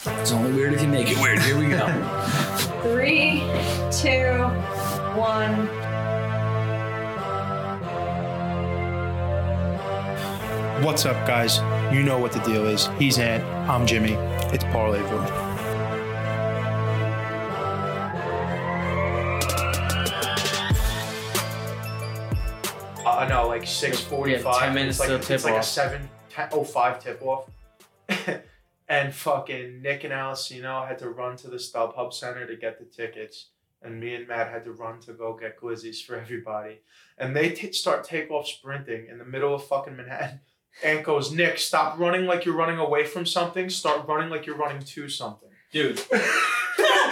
It's only weird if you make it weird. Here we go. Three, two, one. What's up, guys? You know what the deal is. He's Ant. I'm Jimmy. It's Parlayville. Uh, no, like six Yeah, forty-five. 10 it's minutes like, till it's tip like a off. seven, ten, oh five tip off. and fucking Nick and Alessino had to run to the StubHub Center to get the tickets, and me and Matt had to run to go get glizzies for everybody. And they t- start takeoff sprinting in the middle of fucking Manhattan. And goes, Nick, stop running like you're running away from something. Start running like you're running to something. Dude, really,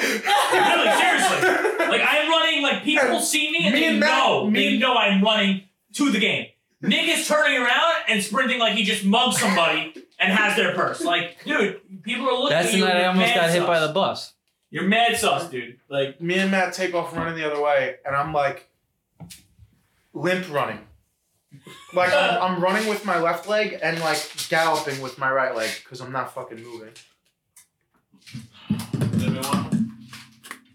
seriously. like I'm running, like people see me and Me they and Matt- know, me they and- know I'm running to the game. Nick is turning around and sprinting like he just mugged somebody and has their purse. Like, dude, people are looking That's at the you. night I you're almost mad got hit sauce. by the bus. You're mad sauce, dude. Like, me and Matt take off running the other way, and I'm like limp running. Like I'm, I'm running with my left leg and like galloping with my right leg because I'm not fucking moving.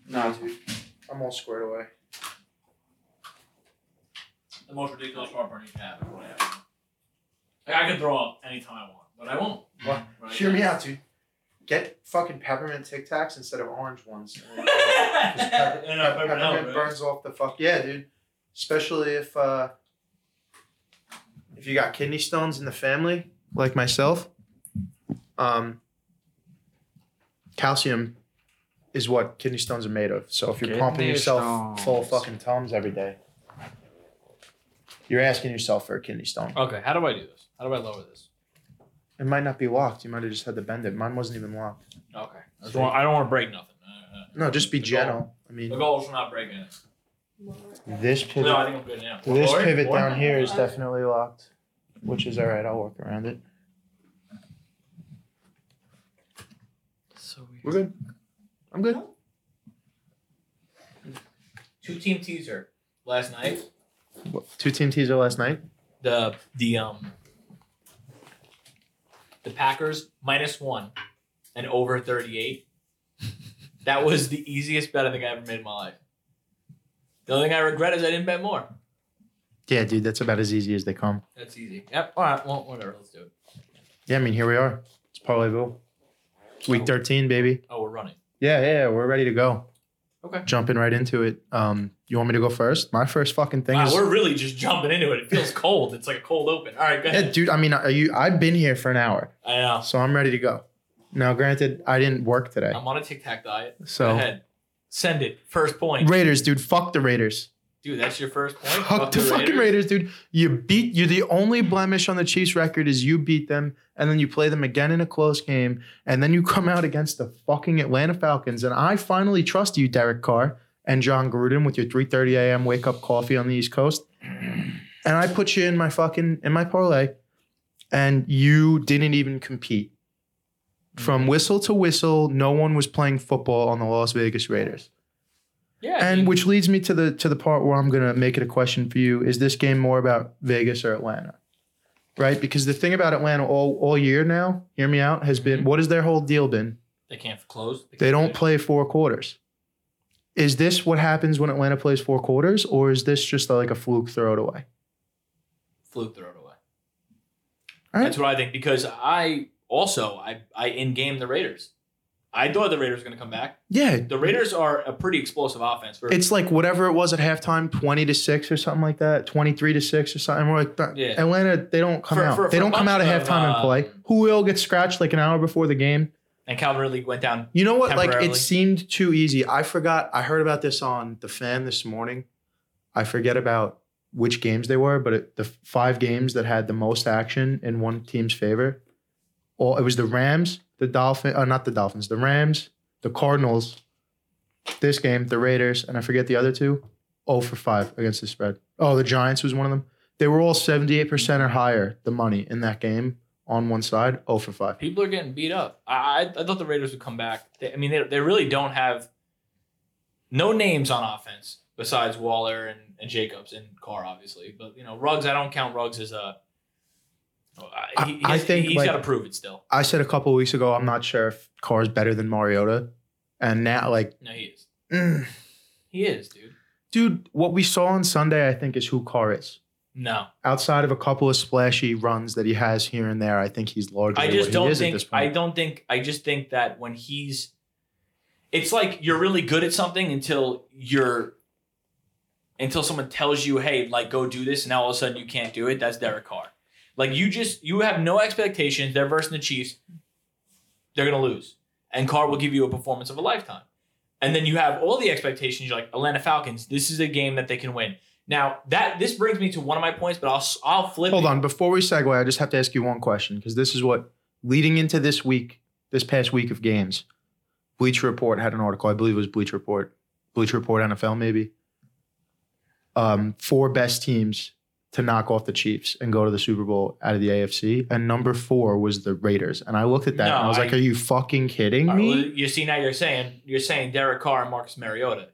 Nah, dude, I'm all squared away. the most ridiculous heartburn you have. Like, I can throw up anytime I want, but I won't. What? Hear me out, dude. Get fucking peppermint Tic Tacs instead of orange ones. and Pe- I pepper peppermint burns off the fuck. Yeah, dude. Especially if uh, if you got kidney stones in the family, like myself. Um, calcium is what kidney stones are made of. So if you're pumping Kidney yourself full of stones. fucking tums every day, you're asking yourself for a kidney stone. Okay, how do I do this? How do I lower this? It might not be locked. You might have just had to bend it. Mine wasn't even locked. Okay. I don't want, I don't want to break nothing. Uh, No, just be gentle. I The mean, goal is not breaking it. this pivot. No, I think I'm good now. This Lord, pivot Lord. down here is definitely locked, which is all right. I'll work around it. So We're good. I'm good. Two team teaser last night. Two team teaser last night. the the um the Packers minus one and over thirty eight. That was the easiest bet I think I ever made in my life. The only thing I regret is I didn't bet more. Yeah, dude, that's about as easy as they come. That's easy. Yep. All right. Well, whatever. Let's do it. Yeah, I mean, here we are. It's Parlayville. It's week 13, baby. Oh, we're running. Yeah, yeah, yeah, we're ready to go. Okay. Jumping right into it. Um, you want me to go first? My first fucking thing Wow, is. we're really just jumping into it. It feels cold. It's like a cold open. All right. Go Yeah, ahead. dude, I mean, are you, I've been here for an hour, I know. so I'm ready to go. Now, granted, I didn't work today. I'm on a Tic Tac diet. Go So, ahead. Send it. First point. Raiders, dude, fuck the Raiders. Dude, that's your first point. Fuck the fucking Raiders, dude. You beat you're the only blemish on the Chiefs record is you beat them and then you play them again in a close game and then you come out against the fucking Atlanta Falcons and I finally trust you Derek Carr and John Gruden with your 3:30 a.m. wake up coffee on the East Coast. And I put you in my fucking in my parlay and you didn't even compete. From whistle to whistle, no one was playing football on the Las Vegas Raiders. Yeah. I And mean, which leads me to the to the part where I'm gonna make it a question for you: Is this game more about Vegas or Atlanta? Right? Because the thing about Atlanta all all year now, hear me out, has Mm-hmm. been what has their whole deal been? they can't close. They don't play four quarters. Is this what happens when Atlanta plays four quarters, or is this just like a fluke throw it away? Fluke throw it away. All right. That's what I think because I also I I in game the Raiders. I thought the Raiders were going to come back. Yeah. The Raiders are a pretty explosive offense. For, It's like whatever it was at halftime, twenty to six or something like that, twenty three to six or something. We're like, "Th- Yeah. Atlanta, they don't come For- out. for- they for don't come out at months of, halftime and play. um, Who will get scratched like an hour before the game? and Calvin really went down. You know what? Like it Temporarily. seemed too easy. I forgot. I heard about this on the fan this morning. I forget about which games they were, but it, the five games that had the most action in one team's favor, all it was the Rams, the Dolphins, uh, not the Dolphins, the Rams, the Cardinals, this game, the Raiders, and I forget the other two. Oh for five against the spread. Oh, the Giants was one of them. They were all seventy-eight percent or higher the money in that game on one side. Oh for five. People are getting beat up. I I, I thought the Raiders would come back. They, I mean they, they really don't have no names on offense besides Waller and, and Jacobs and Carr obviously. But you know Ruggs I don't count Ruggs as a Oh, I- he, I has- think, he's like- got to prove it still. I said a couple weeks ago, I'm not sure if Carr's better than Mariota, and now like, No, he is. mm, He is, dude. dude, what we saw on Sunday, I think, is who Carr is. No, Outside of a couple of splashy runs that he has here and there, I think he's largely I what just he don't is at think. this point. I don't think. I just think that when he's, it's like you're really good at something until you're, until someone tells you, hey, like go do this, and now all of a sudden you can't do it. That's Derek Carr. Like you just you have no expectations. They're versus the Chiefs. They're gonna lose, and Carr will give you a performance of a lifetime. And then you have all the expectations. You're like Atlanta Falcons. This is a game that they can win. Now that this brings me to one of my points, but I'll s- I'll flip. Hold it. on, before we segue, I just have to ask you one question because this is what leading into this week, this past week of games, Bleacher Report had an article. I believe it was Bleacher Report, Bleacher Report NFL, maybe. Um, four best teams to knock off the Chiefs and go to the Super Bowl out of the AFC, and number four was the Raiders. And I looked at that and No, I was I- like, "Are you fucking kidding All right, well, me?" you see now you're saying you're saying Derek Carr and Marcus Mariota.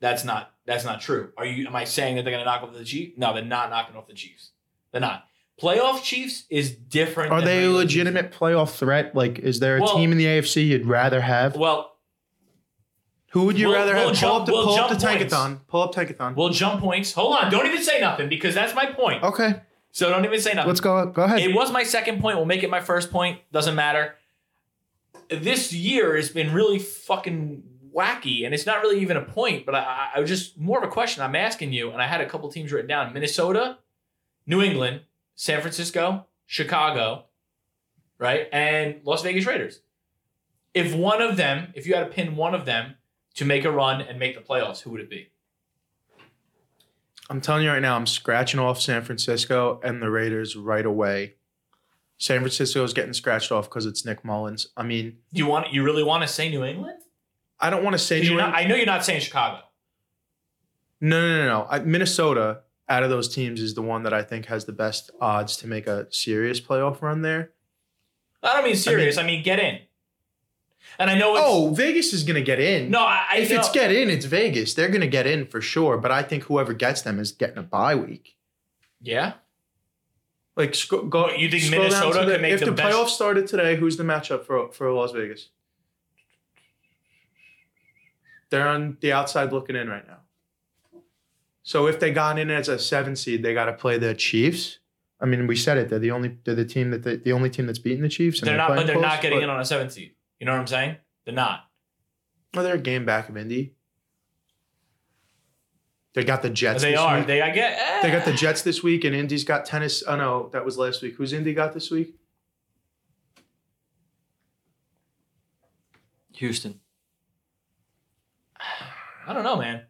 That's not that's not true. Are you? Am I saying that they're going to knock off the Chiefs? No, they're not knocking off the Chiefs. They're not. Playoff Chiefs is different. Are than they a regular legitimate playoff threat? Like, is there a Well- team in the AFC you'd rather have? Chiefs. Well, Who would you we'll- rather we'll have? jump- pull up the, we'll pull up the jump points. tankathon. Pull up tankathon. we'll jump points. Hold on. Don't even say nothing because that's my point. okay, So don't even say nothing. Oh. let's go. Go ahead. It was my second point. We'll make it my first point. Doesn't matter. This year has been really fucking wacky, and it's not really even a point, but I, I, I was just more of a question I'm asking you. And I had a couple teams written down: Minnesota, New England, San Francisco, Chicago, right, and Las Vegas Raiders. If one of them, if you had to pin one of them to make a run and make the playoffs, who would it be? I'm telling you right now, I'm scratching off San Francisco and the Raiders right away. San Francisco is getting scratched off because it's Nick Mullins. I mean, You want? You really want to say New England? I don't want to say 'Cause New you're England. not- I know you're not saying Chicago. no, no, no, no. I, Minnesota, out of those teams, is the one that I think has the best odds to make a serious playoff run there. I don't mean serious. I mean, get in. And I know it's oh, Vegas is going to get in. no. I, I if know, it's get in, it's Vegas. They're going to get in for sure. But I think whoever gets them is getting a bye week. yeah. Like, sc- go. What, you think scroll down to Minnesota the- could make if the the best- playoffs started today? Who's the matchup for for Las Vegas? They're on the outside looking in right now. So if they got in as a seven seed, they got to play the Chiefs. I mean, we said it. They're the only they're the team that they, the only team that's beaten the Chiefs. They're not, but they're not getting in on. on a seven seed. You know what I'm saying? They're not. Well, they're a game back of Indy. They got the Jets. they this are. Week. They I get. eh. They got the Jets this week, and Indy's got tennis. Oh no, that was last week. Who's Indy got this week? Houston. I don't know, man.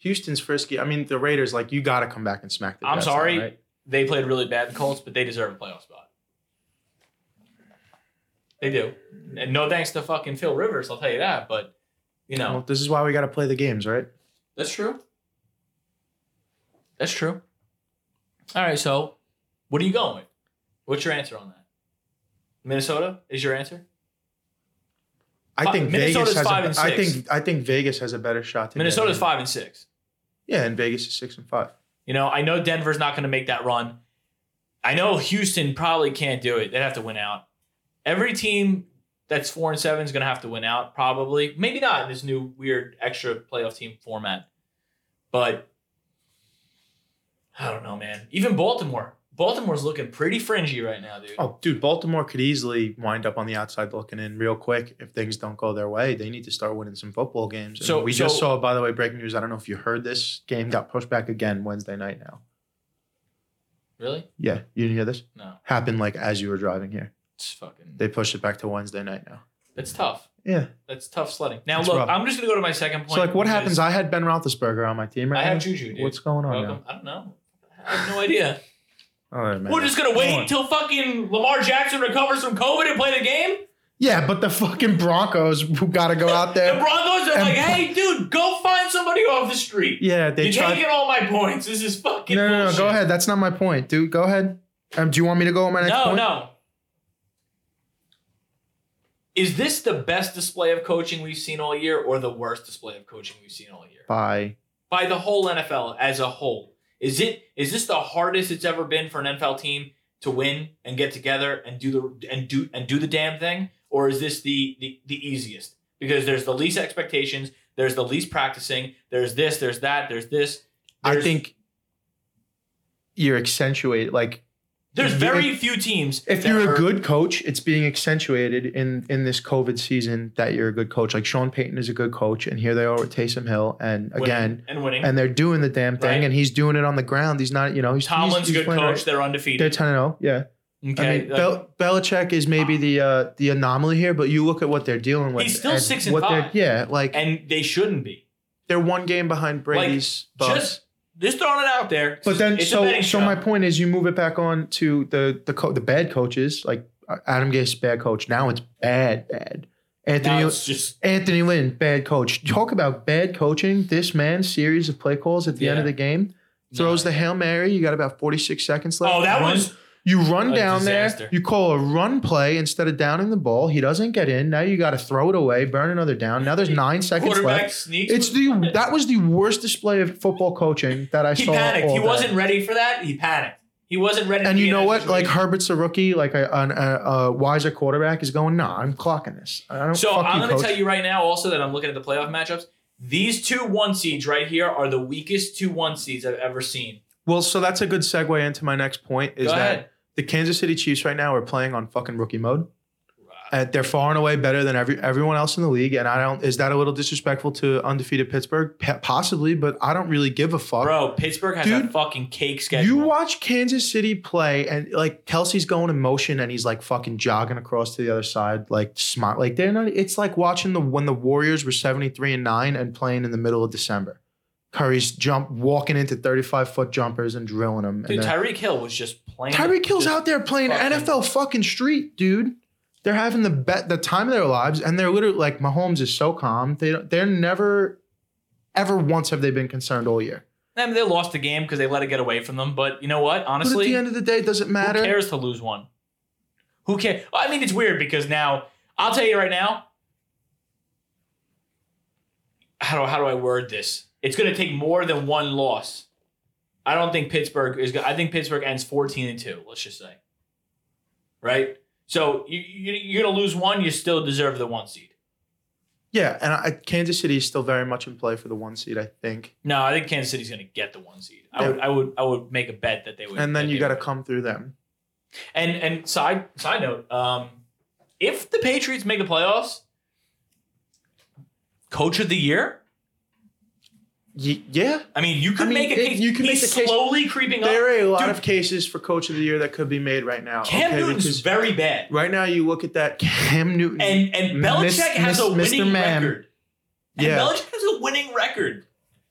Houston's frisky. I mean, the Raiders, like, you got to come back and smack the I'm Jets now, sorry. right? They played really bad the Colts, but they deserve a playoff spot. They do. And no thanks to fucking Phil Rivers, I'll tell you that. But you know, Well, this is why we got to play the games, right? That's true. That's true. All right, so what are you going with? What's your answer on that? Minnesota is your answer? I Fi- think Minnesota's Vegas has five a, and I six. think I think Vegas has a better shot. To get Minnesota's in. five and six. Yeah, and Vegas is six and five. You know, I know Denver's not going to make that run. I know Houston probably can't do it. They'd have to win out. Every team that's four and seven is going to have to win out, probably. Maybe not in this new weird extra playoff team format. But I don't know, man. Even Baltimore. Baltimore's looking pretty fringy right now, dude. Oh, dude, Baltimore could easily wind up on the outside looking in real quick if things don't go their way. They need to start winning some football games. And So- we so- just saw, by the way, breaking news. I don't know if you heard this game got pushed back again Wednesday night. Now, Really? yeah, you didn't hear this? No. Happened like as you were driving here. It's fucking. They pushed it back to Wednesday night now. That's tough. Yeah. That's tough sledding. Now, It's look, rough. I'm just going to go to my second point. So like, what because happens? I had Ben Roethlisberger on my team right I now. have Juju, dude. What's going on Welcome. I don't know. I have no idea. now? All right, man. We're just gonna wait until fucking Lamar Jackson recovers from COVID and play the game. yeah, but the fucking Broncos who got to go out The there. Broncos are And- like, "Hey, dude, go find somebody off the street. yeah, they you tried. can't get all my points. This is fucking no, no, no. bullshit. Go ahead. That's not my point, dude. Go ahead. Um, do you want me to go with my next No, point? no. Is this the best display of coaching we've seen all year, or the worst display of coaching we've seen all year Bye. by the whole NFL as a whole? Is it is this the hardest it's ever been for an NFL team to win and get together and do the and do and do the damn thing, or is this the the, the easiest? Because there's the least expectations, there's the least practicing, there's this, there's that, there's this. I There's- think you're accentuated. Like There's If- very few teams. if that you're are- a good coach, it's being accentuated in in this COVID season that you're a good coach. Like Sean Payton is a good coach, and here they are with Taysom Hill, and winning again, and winning, and they're doing the damn thing, Right. and he's doing it on the ground. He's not, you know, he's Tomlin's he's, a he's good coach. playing right. They're They're undefeated. ten and zero. Yeah, okay, uh, I mean, like, Bel- Belichick is maybe the uh, the anomaly here, but you look at what they're dealing with. He's still six and what they're- five. Yeah, like and they shouldn't be. they're one game behind Brady's. but- Just just throwing it out there. But then, It's a so betting so shop. my point is, you move it back on to the the co- the bad coaches, like uh, Adam Gase, bad coach. Now it's bad, bad. Anthony Now it's just Anthony Lynn, bad coach. Talk about bad coaching. This man's series of play calls at the end of Yeah. the game throws the hail mary. You got about forty six seconds left. oh that Run- was you run a down disaster. there. You call a run play instead of downing the ball. He doesn't get in. Now you got to throw it away, burn another down. Now there's nine seconds quarterback left. sneaks. It's the that was the worst display of football coaching that I he saw. panicked. all He day. wasn't ready for that. He panicked. He wasn't ready. to And be you in know that what? Like situation. Herbert's a rookie. Like a, an, a, a wiser quarterback is going. Nah, I'm clocking this. I don't. So fuck I'm you, going to coach. tell you right now also that I'm looking at the playoff matchups. These two one seeds right here are the weakest two one seeds I've ever seen. Well, so that's a good segue into my next point. Is Go that ahead. the Kansas City Chiefs right now are playing on fucking rookie mode? Uh, they're far and away better than every everyone else in the league, and I don't. Is that a little disrespectful to undefeated Pittsburgh? P- possibly, but I don't really give a fuck. Bro, Pittsburgh has a Dude, fucking cake schedule. You watch Kansas City play, and like Kelsey's going in motion, and he's like fucking jogging across to the other side, like smart. Like they're not. It's like watching the when the Warriors were seventy three and nine and playing in the middle of December. Curry's jump walking into thirty five foot jumpers and drilling them. Dude, and then- Tyreek Hill was just playing. Tyreek Hill's just- out there playing fucking- NFL fucking street, dude. They're having the bet the time of their lives, and they're literally like Mahomes is so calm. They don't, they're never, ever once have they been concerned all year. I mean, they lost the game because they let it get away from them. But you know what? but at Honestly, the end of the day, it doesn't matter. Who cares to lose one? Who cares? I mean, it's weird because now I'll tell you right now. How do how do I word this? It's going to take more than one loss. I don't think Pittsburgh is. go- I think Pittsburgh ends fourteen and two. Let's just say, right? So you, you you're going to lose one. You still deserve the one seed. Yeah, and I, Kansas City is still very much in play for the one seed, I think. No, I think Kansas City's going to get the one seed. I Yeah. would I would I would make a bet that they would. And then that you they got to would. come through them. And and side side note, um, if the Patriots make the playoffs, coach of the year. Y- yeah, I mean, you could I mean, make a it- case. you could he's make the case- slowly creeping there up. are a lot Dude. of cases for coach of the year that could be made right now. Cam okay, Newton's because very bad, right now you look at that Cam Newton. and and Belichick Miss- has Miss- a Mr. winning Man. record. And yeah, Belichick has a winning record.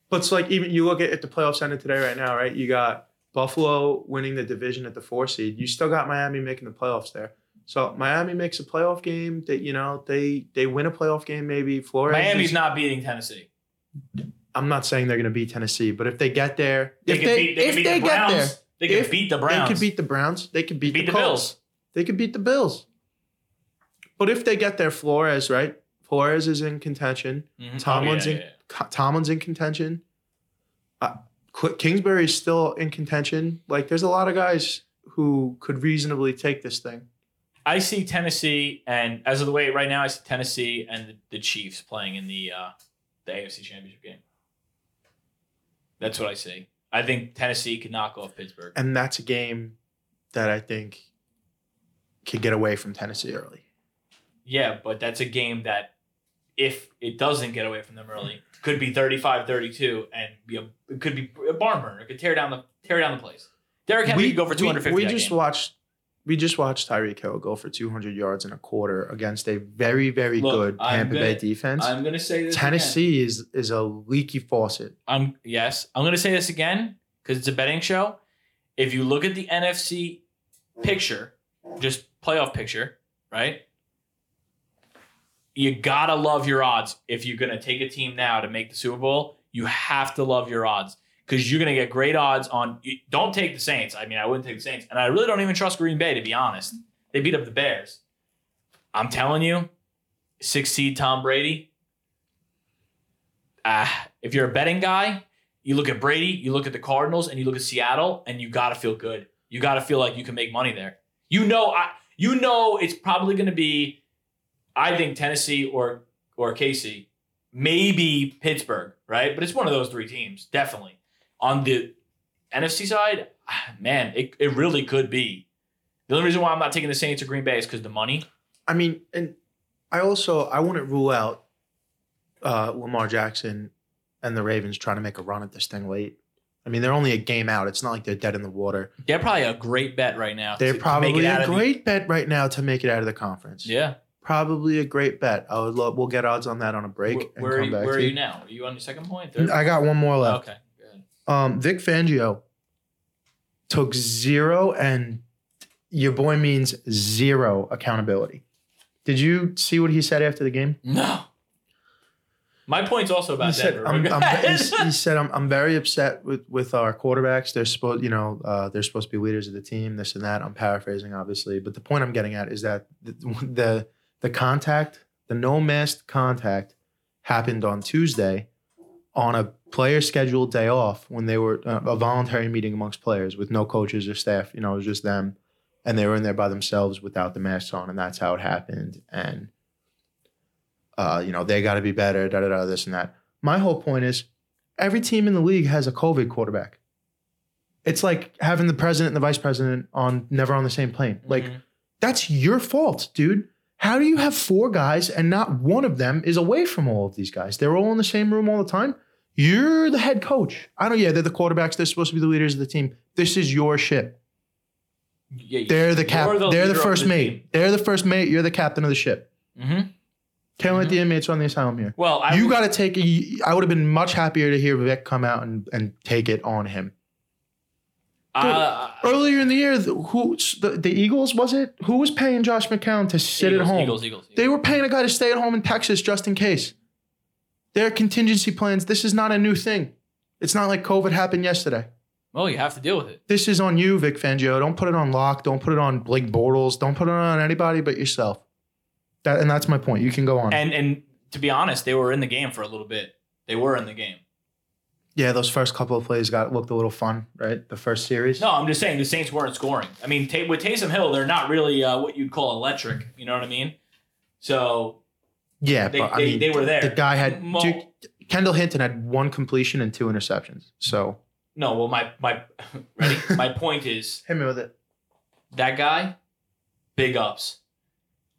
But it's like even you look at, at the playoffs ended today right now, right? You got Buffalo winning the division at the four seed. You still got Miami making the playoffs there. So Miami makes a playoff game that you know they they win a playoff game maybe. Florida. Miami's not beating Tennessee. I'm not saying they're going to beat Tennessee, but if they get there, They if could they beat, they if could beat they the get Browns. there, they could If beat the they Browns. could beat the Browns. They could beat, Beat the, the Colts. Bills. They could beat the Bills. But if they get there, Flores right? Flores is in contention. Mhm. Tomlin's Oh, yeah, in, yeah, yeah. Co- Tomlin's in contention. Uh, Qu- Kingsbury is still in contention. Like, there's a lot of guys who could reasonably take this thing. I see Tennessee and as of the way right now, I see Tennessee and the, the Chiefs playing in the uh, the AFC Championship game. That's what I see. I think Tennessee could knock off Pittsburgh. And that's a game that I think could get away from Tennessee early. Yeah, but that's a game that if it doesn't get away from them early, could be 35-32 and be a, it could be a barn burner. It could tear down the tear down the place. Derrick Henry could go for 250. We, that just game. watched. We just watched Tyreek Hill go for 200 yards in a quarter against a very, very Look, good I'm Tampa gonna- Bay defense. I'm going to say this again. Tennessee is is a leaky faucet. I'm yes. I'm gonna say this again because it's a betting show. If you look at the NFC picture, just playoff picture, right? You gotta love your odds if you're gonna take a team now to make the Super Bowl. You have to love your odds because you're gonna get great odds on. you- Don't take the Saints. I mean, I wouldn't take the Saints, and I really don't even trust Green Bay to be honest. They beat up the Bears. I'm telling you, six seed Tom Brady, ah, if you're a betting guy, you look at Brady, you look at the Cardinals, and you look at Seattle, and you got to feel good. You got to feel like you can make money there. You know, I you know it's probably going to be, I think Tennessee or or Casey, maybe Pittsburgh, right? But it's one of those three teams, definitely. On the NFC side, ah, man, it, it really could be. The only reason why I'm not taking the Saints or Green Bay is because the money. I mean, and I also I wouldn't rule out uh, Lamar Jackson and the Ravens trying to make a run at this thing late. I mean, they're only a game out. It's not like they're dead in the water. They're probably a great bet right now. They're to- to make it probably out a of the- great bet right now to make it out of the conference. yeah. Probably a great bet. I would love. We'll get odds on that on a break Where- and where are come you, back where to are you. you now? Are you on your second point? Third? I got one more left. okay. good. Um, Vic Fangio took zero, and your boy means zero accountability. Did you see what he said after the game? No. My point's also about he Denver. Said, I'm, I'm- he guys. s- he said, I'm, I'm very upset with, with our quarterbacks. They're supposed, you know, uh, they're supposed to be leaders of the team, this and that. I'm paraphrasing, obviously. But the point I'm getting at is that the, the, the contact, the no masked contact happened on Tuesday on a player scheduled day off when they were uh, a voluntary meeting amongst players with no coaches or staff. You know, it was just them. And they were in there by themselves without the masks on. And that's how it happened. And, uh, you know, they got to be better, da da da, this and that my whole point is every team in the league has a COVID quarterback. It's like having the president and the vice president on never on the same plane. Like Mhm. that's your fault, dude. How do you have four guys and not one of them is away from all of these guys? They're all in the same room all the time. You're the head coach. I don't. Yeah, they're the quarterbacks. They're supposed to be the leaders of the team. This is your ship. Yeah, you- They're the You're cap. they're leader the of first mate. team. They're the first mate. You're the captain of the ship. Mhm. Can't let the inmates run the asylum here Well, I you got to take. A, I would have been much happier to hear Vic come out and, and take it on him. uh, Earlier in the year, the, who the, the Eagles was it? Who was paying Josh McCown to sit Eagles, at home? Eagles, Eagles. They were paying a guy to stay at home in Texas just in case. Their contingency plans. This is not a new thing. It's not like COVID happened yesterday. well, you have to deal with it. This is on you, Vic Fangio. Don't put it on Locke. Don't put it on Blake Bortles. Don't put it on anybody but yourself. That and that's my point. You can go on. And and to be honest, they were in the game for a little bit. They were in the game. yeah, those first couple of plays got looked a little fun, right? The first series. No, I'm just saying the Saints weren't scoring. I mean, ta- with Taysom Hill, they're not really uh, what you'd call electric. You know what I mean? So Yeah, they but I they, mean, they were there. The guy had Mo- dude, Kendall Hinton had one completion and two interceptions. So no, well, my my ready. my point is hit me with it. that guy, big ups.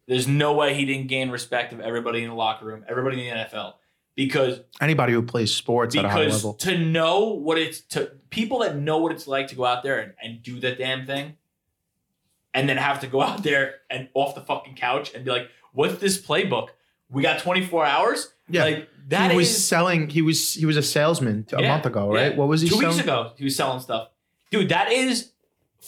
There's no way he didn't gain respect of everybody in the locker room, everybody in the NFL, because Anybody who plays sports at a high because level, to know what it's to people that know what it's like to go out there and, and do that damn thing, and then have to go out there and off the fucking couch and be like, "What's this playbook? We got 24 hours." yeah, like that he was is- selling. He was he was a salesman t- a Yeah, month ago, right? yeah. What was he two selling? weeks ago he was selling stuff dude that is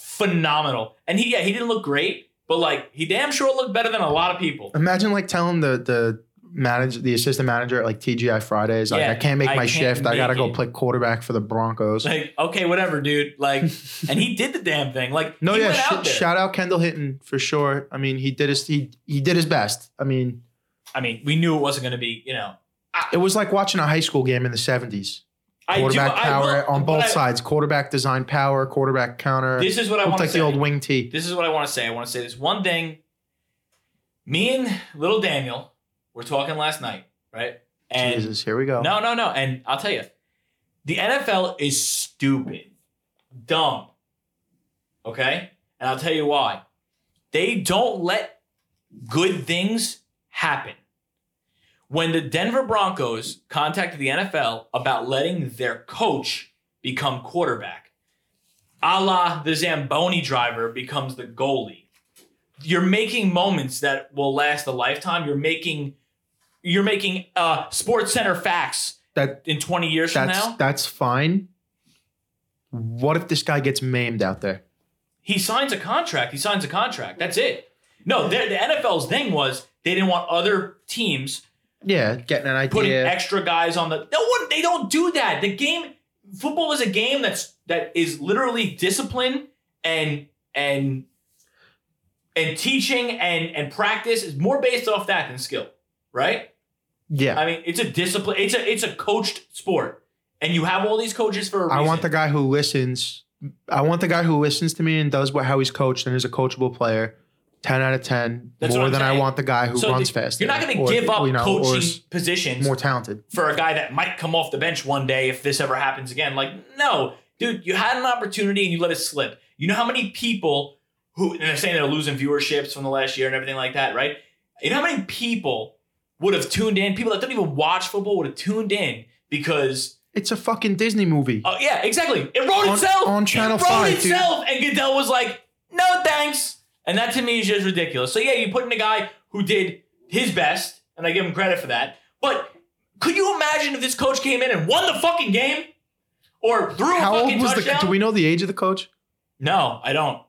phenomenal and he yeah he didn't look great but like he damn sure looked better than a lot of people Imagine like telling the the manager, the assistant manager at like TGI Fridays, like Yeah, I can't make I my can't shift. I gotta make go it." play quarterback for the Broncos. like okay whatever dude like and he did the damn thing like No, he yeah, went sh- out there. shout out Kendall Hinton for sure. I mean, he did his he he did his best. I mean, i mean we knew it wasn't going to be you know it was like watching a high school game in the seventies. I do- quarterback I power will- on but both I- sides. Quarterback design power, quarterback counter. this is what i Looked want to like say the old wing tee. this is what i want to say i want to say this one thing me and little daniel were talking last night right and Jesus, here we go. No, no, no. And I'll tell you, the NFL is stupid, dumb. Okay? And I'll tell you why. They don't let good things happen. When the Denver Broncos contacted the NFL about letting their coach become quarterback, a la the Zamboni driver becomes the goalie. You're making moments that will last a lifetime. You're making you're making uh sports center facts That in 20 years from that's now, that's fine. What if this guy gets maimed out there? he signs a contract. He signs a contract. That's it. No, the the NFL's thing was they didn't want other teams Yeah, getting an putting idea. extra guys on the. No one. They don't do that. The game, football is a game that's that is literally discipline and and and teaching and and practice is more based off that than skill, right? yeah, I mean, it's a discipline. It's a it's a coached sport, and you have all these coaches for a I, reason. want the guy who listens I want the guy who listens to me and does what how he's coached and is a coachable player. Ten out of ten, That's what more I'm than I saying. want the guy who So runs th- fast. You're not going to give up or coaching is positions more talented. for a guy that might come off the bench one day if this ever happens again. Like, no, dude, you had an opportunity and you let it slip. You know how many people who and they're saying they're losing viewerships from the last year and everything like that, right? You know how many people would have tuned in? People that don't even watch football would have tuned in because It's a fucking Disney movie. oh yeah, exactly. It wrote On- itself on Channel It wrote 5, dude. itself, and Goodell was like, "No thanks." And that to me is just ridiculous. So yeah, you put in a guy who did his best, and I give him credit for that. But could you imagine if this coach came in and won the fucking game, or threw how a old fucking was touchdown? the? Do we know the age of the coach? no, I don't.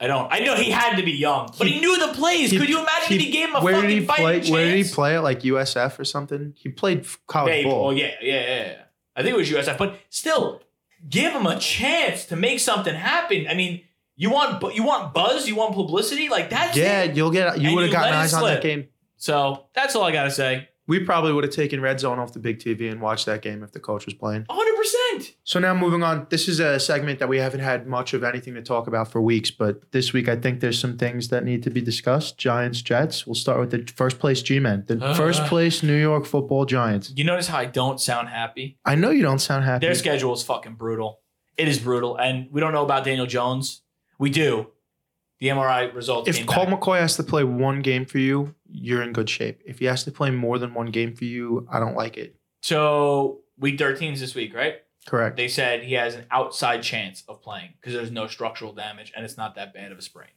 I don't. I know he had to be young, but he, He- knew the plays. He- could you imagine if he- he gave him a where fucking did he fighting play? chance? Where did he play at? Like USF or something? He played f- college Maybe. ball. Oh yeah, yeah, yeah, yeah. I think it was USF, but still, give him a chance to make something happen. I mean, you want bu- you want buzz, you want publicity, like that's Yeah, it. you'll get. You And would you have gotten let it eyes on slip. that game. So that's all I gotta say. We probably would have taken Red Zone off the big TV and watched that game if the coach was playing. hundred percent. So now moving on. This is a segment that we haven't had much of anything to talk about for weeks, but this week I think there's some things that need to be discussed. Giants, Jets. We'll start with the first place G-men, Uh-huh. the first place New York Football Giants. You notice how I don't sound happy? I know you don't sound happy. Their schedule is fucking brutal. It is brutal, and we don't know about Daniel Jones. We do. The MRI results. if came Colt back. McCoy has to play one game for you, you're in good shape. If he has to play more than one game for you, I don't like it. so week 13 is this week, right? Correct. They said he has an outside chance of playing because there's no structural damage and it's not that bad of a sprain.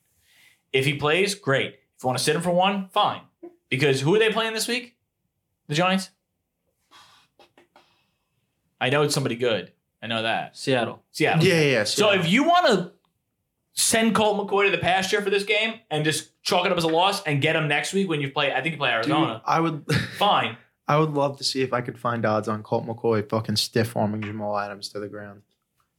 If he plays, great. If you want to sit him for one, fine. Because who are they playing this week? The Giants? I know it's somebody good. I know that. Seattle. Seattle. Yeah, yeah. yeah. So if you want to send Colt McCoy to the pasture for this game and just chalk it up as a loss and get him next week when you play, I think you play Dude, Arizona, I would. fine. I would love to see if I could find odds on Colt McCoy fucking stiff arming Jamal Adams to the ground.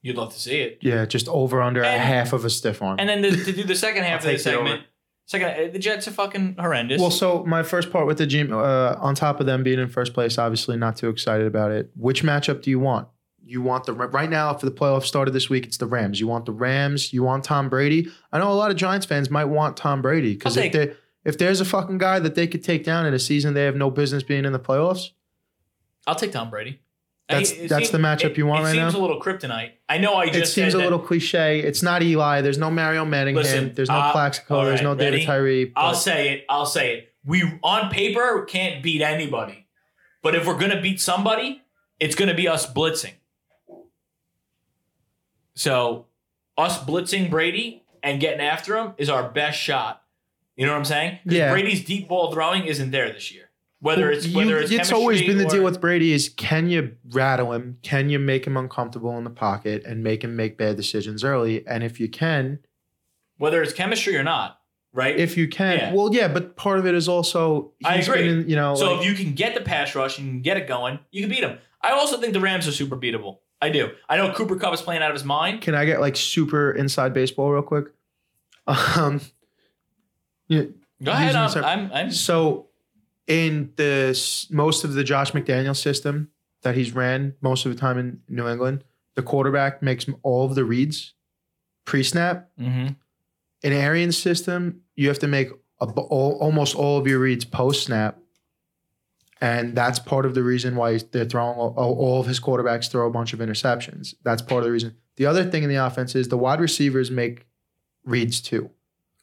You'd love to see it. Yeah, just over under a And- half of a stiff arm. And then to, to do the second half of I'll the take that over. segment, second, uh, the Jets are fucking horrendous. well, so my first part with the G, uh, on top of them being in first place, obviously not too excited about it. Which matchup do you want? You want the right now for the playoffs started this week. It's the Rams. You want the Rams. You want Tom Brady. I know a lot of Giants fans might want Tom Brady because I'll if they if there's a fucking guy that they could take down in a season they have no business being in the playoffs, I'll take Tom Brady. That's- I- it that's the matchup it- you want it right seems now? a little kryptonite. I know. I just it seems said a that- little cliche. It's not Eli. There's no Mario Manningham. Listen, there's no uh, Plaxico. all there's right, no ready? David Tyree. I'll but- say it. I'll say it. We on paper can't beat anybody, but if we're gonna beat somebody, it's gonna be us blitzing. So, us blitzing Brady and getting after him is our best shot. You know what I'm saying? 'Cause Yeah. Brady's deep ball throwing isn't there this year. Whether it's You- whether it's it's always been chemistry the deal or- with Brady is can you rattle him? Can you make him uncomfortable in the pocket and make him make bad decisions early? And if you can, whether it's chemistry or not, right? if you can, Yeah. well, yeah. But part of it is also I he's agree. been in, you know, so like- if you can get the pass rush and you can get it going, you can beat them. I also think the Rams are super beatable. I do. I know Cooper Cup is playing out of his mind. can I get like super inside baseball real quick? Um, yeah, Go ahead. Using I'm, sep- I'm, I'm So, in the s- most of the Josh McDaniel system that he's ran most of the time in New England, the quarterback makes m- all of the reads pre-snap. Mhm. In Arian's system, you have to make a b all, almost all of your reads post-snap, and that's part of the reason why he's- they're throwing all, all all of his quarterbacks throw a bunch of interceptions. That's part of the reason. The other thing in the offense is the wide receivers make reads too.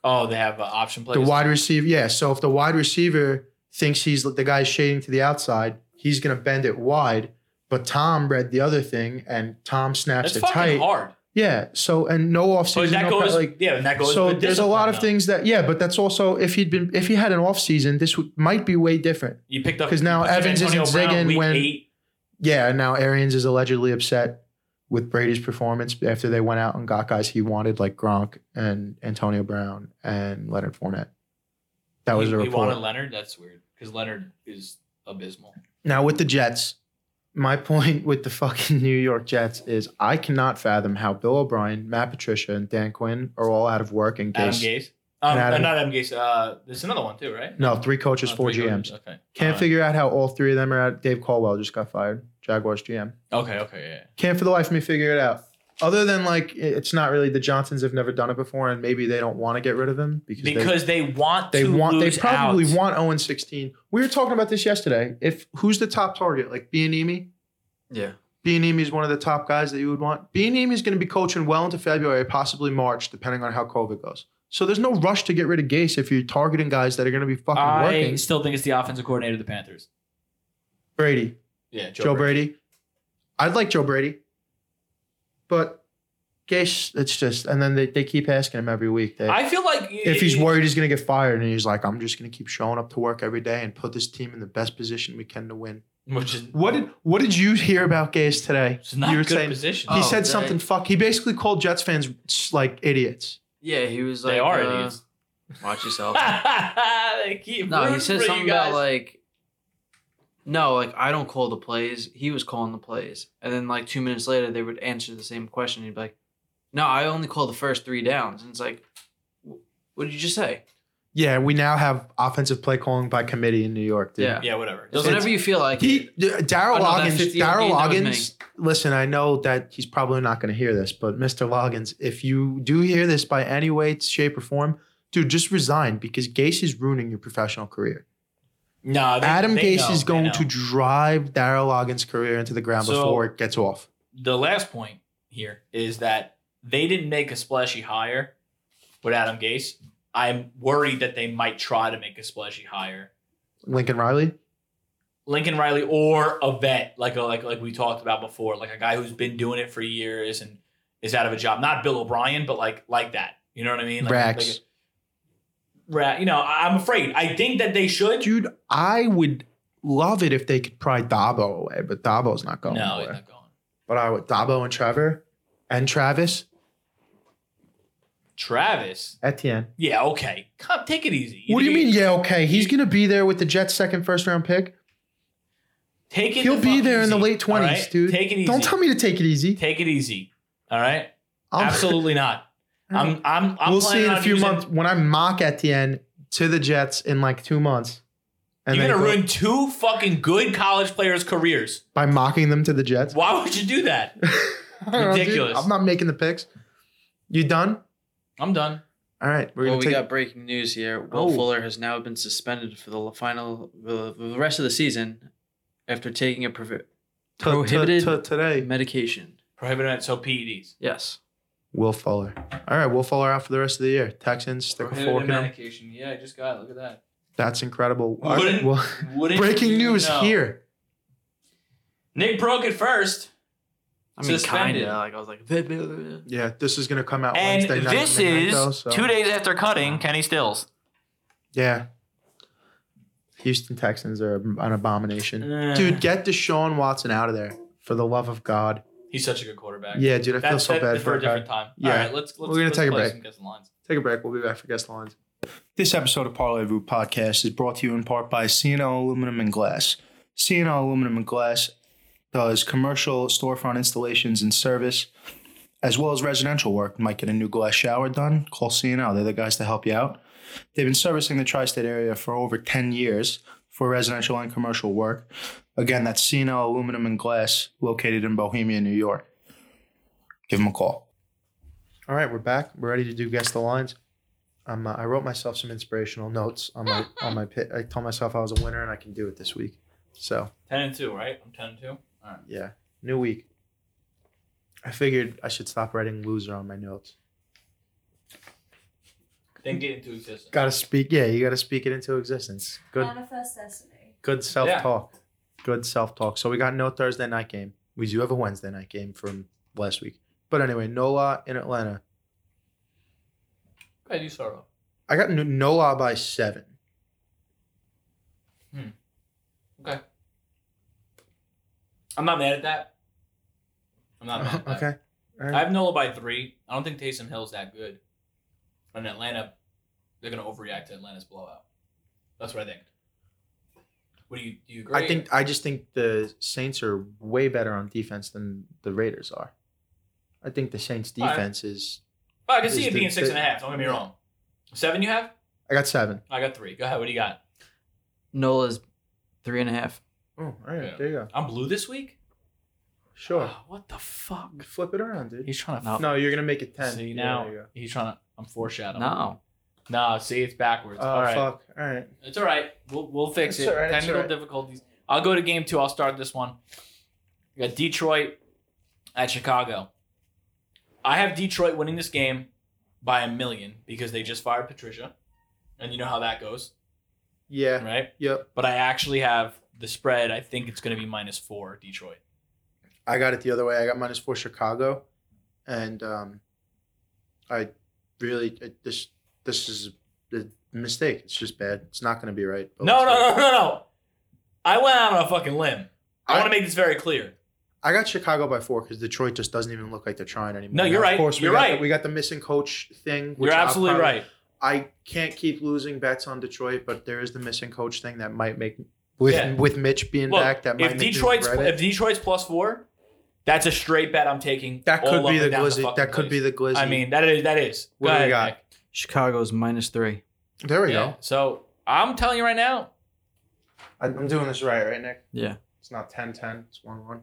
Oh, they have uh, option plays. The wide receiver, yeah. So if the wide receiver thinks he's the guy's shading to the outside, he's gonna bend it wide. But Tom read the other thing, and Tom snaps That's it tight. fucking hard. Yeah. So and no So offseason. that no pre- goes like, yeah, and that goes. so with there's a lot of discipline, things that yeah, but that's also if he'd been if he had an offseason, this would, might be way different. though. You picked up 'cause now you picked up Evans Antonio isn't Brown zigging week when- eight. Yeah. And now Arians is allegedly upset with Brady's performance after they went out and got guys he wanted like Gronk and Antonio Brown and Leonard Fournette. That was he, the he report. wanted Leonard. That's weird because Leonard is abysmal. Now with the Jets, my point with the fucking New York Jets is I cannot fathom how Bill O'Brien, Matt Patricia, and Dan Quinn are all out of work and Adam Gase. Gase. Um, And Adam- not Adam Gase. Uh, there's another one too, right? No, three coaches, Uh, four three GMs. coaches, Okay. Uh, Can't All right. figure out how all three of them are out. Dave Caldwell just got fired, Jaguars GM. Okay. Okay. Yeah. Can't for the life of me figure it out. other than like i- it's not really the Johnsons have never done it before, and maybe they don't want to get rid of him because, because they, want they, they to want they lose probably out. want Owen sixteen. We were talking about this yesterday. If who's the top target, like Bianemi, Yeah. Bianemi is one of the top guys that you would want. Bianemi is going to be coaching well into February, possibly March, depending on how COVID goes. So there's no rush to get rid of Gase if you're targeting guys that are going to be fucking I working. still think it's the offensive coordinator of the Panthers. Brady, Yeah, Joe, Brady. I'd like Joe Brady, but Gase, it's just, and then they, they keep asking him every week that I feel like if he's worried he's going to get fired, and he's like, I'm just going to keep showing up to work every day and put this team in the best position we can to win. which is What did what did you hear about Gase today? it's not you a were good saying position. he Oh, said they- something. Fuck. He basically called Jets fans like idiots. Yeah, he was like, they are uh, idiots. Watch yourself. Oh. they keep no, he rooting said for you something about guys. like, no, like I don't call the plays. He was calling the plays, and then like two minutes later, they would answer the same question. He'd be like, "No, I only call the first three downs." And it's like, wh- what did you just say? Yeah, we now have offensive play calling by committee in New York. Dude. Yeah. yeah, whatever. It's Doesn't- whenever you feel like He it. Daryl Oh, no, that Loggins. Daryl 58 that was Loggins. Listen, I know that he's probably not going to hear this, but Mr. Loggins, if you do hear this by any way, shape, or form, dude, just resign because Gase is ruining your professional career. no, they- Adam they Gase know, is they going know. to drive Daryl Loggins' career into the ground So- before it gets off. the last point here is that they didn't make a splashy hire with Adam Gase. I'm worried that they might try to make a splashy hire. Lincoln Riley. Lincoln Riley or a vet, like a, like like we talked about before, like a guy who's been doing it for years and is out of a job. Not Bill O'Brien, but like like that. You know what I mean? Like, Rax. Like Ra- you know, I- I'm afraid. I think that they should. Dude, I would love it if they could pry Dabo away, but Dabo's not No, going he's away. not going. But I would Dabo and Trevor and Travis Travis. Etienne. Yeah, okay. Come, take it easy. What do you mean? Take it- Yeah, okay. He's gonna be there with the Jets' second first round pick. Take it. He'll the be fuck there in the easy, late all twenties, right? dude. Take it easy. Don't tell me to take it easy. Take it easy. All right. I'll- Absolutely not. I'm. I'm. I'm we'll see planning in a on few using- months when I mock Etienne to the Jets in like two months. And You're then gonna go- ruin two fucking good college players' careers. by mocking them to the Jets. Why would you do that? I don't know, dude. ridiculous. I'm not making the picks. You done? I'm done. All right, we're Well, gonna we take. got breaking news here. Oh. Will Fuller has now been suspended for the final, the, the rest of the season, after taking a provi- to- to- prohibited- to today. medication. Prohibited so E PEDs. Yes. Will Fuller. All right, Will Fuller out for the rest of the year. Texans stick a Prohibited fork in him. medication. Yeah, I just got it. Look at that. That's incredible. All right, Wouldn't- well, Wouldn't breaking you news know? here. Nick broke it first, I mean, Suspended. kinda. Like I was like, "Bleh, bleh, bleh." Yeah, this is gonna come out and Wednesday night. this midnight, is though, so- two days after cutting Kenny Stills. Yeah. Houston Texans are an abomination. Eh. Dude, get Deshaun Watson out of there for the love of God. he's such a good quarterback. Yeah, dude, I feel That's so that- bad for for a that guy. different time. Yeah. All right, let's. let's We're gonna let's take a play break. some guest lines. Take a break. We'll be back for guest lines. This episode of Parlay Vu Podcast is brought to you in part by CNL Aluminum and Glass. CNL Aluminum and Glass does commercial storefront installations and service, as well as residential work. You might get a new glass shower done. Call CNL; they're the guys to help you out. They've been servicing the tri-state area for over 10 years for residential and commercial work. Again, that's CNL Aluminum and Glass, located in Bohemia, New York. Give them a call. All right, we're back. We're ready to do guess the lines. Um, uh, I wrote myself some inspirational notes on my on my pit. I told myself I was a winner and I can do it this week. So Ten and two, right? I'm ten and two. yeah, new week. I figured I should stop writing loser on my notes. Then get into existence. Got to speak. Yeah, you got to speak it into existence. Good Manifest destiny. Good self talk. Good self talk. So we got no Thursday night game. We do have a Wednesday night game from last week. But anyway, Nola in Atlanta. Go ahead, you start off. I got N- Nola by seven. I'm not mad at that. I'm not mad at that. okay. All I right. have Nola by three. I don't think Taysom Hill's that good. And Atlanta, they're gonna overreact to Atlanta's blowout. That's what I think. What do you do? You agree? I think I just think the Saints are way better on defense than the Raiders are. I think the Saints All right. defense is. Well, I can see is it the- being six the- and a half. Don't get me wrong. Seven you have? I got seven. I got three. Go ahead. What do you got? Nola's three and a half. Oh, all right. Yeah. Ah. There you go. I'm blue this week. Sure. what the fuck? Flip it around, dude. He's trying to. No, you're gonna make it ten. See Yeah, now there you go. he's trying to. I'm foreshadowing. No. Nah, see it's backwards. Oh all right, fuck! All right. it's all right. We'll we'll fix It's it. all right, it's Technical all right. difficulties. I'll go to game two. I'll start this one. We got Detroit at Chicago. I have Detroit winning this game by a million because they just fired Patricia, and you know how that goes, Yeah. right? Yep. But I actually have the spread. I think it's going to be minus four Detroit. I got it the other way. I got minus four Chicago, and um, I really I, this this is a mistake. It's just bad. It's not gonna be right. but No, let's no, go. no, no, no. I went out on a fucking limb. I, I- want to make this very clear. I got Chicago by four because Detroit just doesn't even look like they're trying anymore. No, you're Now, right. Of course, we You're got right. The, we got the missing coach thing. which You're I'll absolutely probably- right. I can't keep losing bets on Detroit, but there is the missing coach thing that might make with Yeah. with Mitch being Look, back. That might if make me Detroit's regret it. if Detroit's plus four, that's a straight bet I'm taking. that all could up be and the down glizzy. fucking that could place. be the glizzy. I mean, that is that is. What do we ahead, got? Nick. Chicago's minus three. there we Yeah. go. So I'm telling you right now, I- I'm doing this right, right, Nick? Yeah. It's not 10 10, it's 1 1.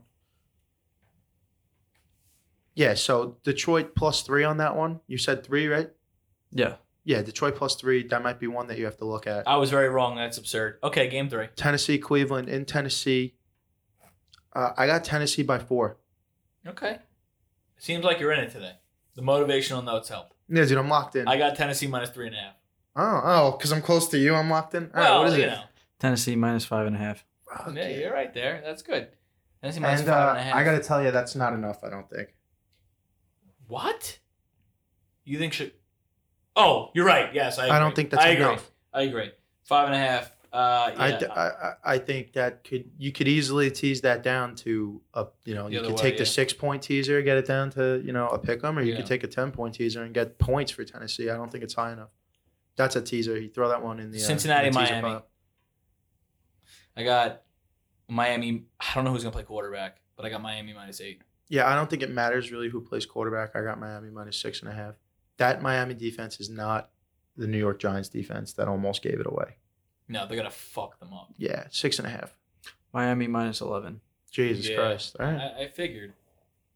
Yeah, so Detroit plus three on that one. You said three, right? Yeah. Yeah, Detroit plus three. That might be one that you have to look at. I was very wrong. That's absurd. Okay, game three. Tennessee, Cleveland in Tennessee. Uh, I got Tennessee by four. Okay. Seems like you're in it today. The motivational notes help. Yeah, dude, I'm locked in. I got Tennessee minus three and a half. oh, oh, because I'm close to you, I'm locked in. All right, well, what is you it? know, Tennessee minus five and a half. Fuck yeah, yeah. you're right there. That's good. Tennessee minus And five uh, and a half. I got to tell you, that's not enough, I don't think. What? You think should? Oh, you're right. Yes, I. Agree. I don't think that's I agree. enough. I agree. Five and a half. Uh, yeah. I, th- I I- I think that could you could easily tease that down to a you know The you other could way, take the yeah. six point teaser get it down to you know a pick 'em or you Yeah. could take a ten point teaser and get points for Tennessee. I don't think it's high enough. That's a teaser. You throw that one in the uh, in the Cincinnati, teaser Miami. pile. I got Miami. I don't know who's gonna play quarterback, but I got Miami minus eight. Yeah, I don't think it matters really who plays quarterback. I got Miami minus six and a half. That Miami defense is not the New York Giants defense that almost gave it away. No, they're gonna fuck them up. Yeah, six and a half. Miami minus eleven. Jesus Yeah. Christ! All right. I, I figured.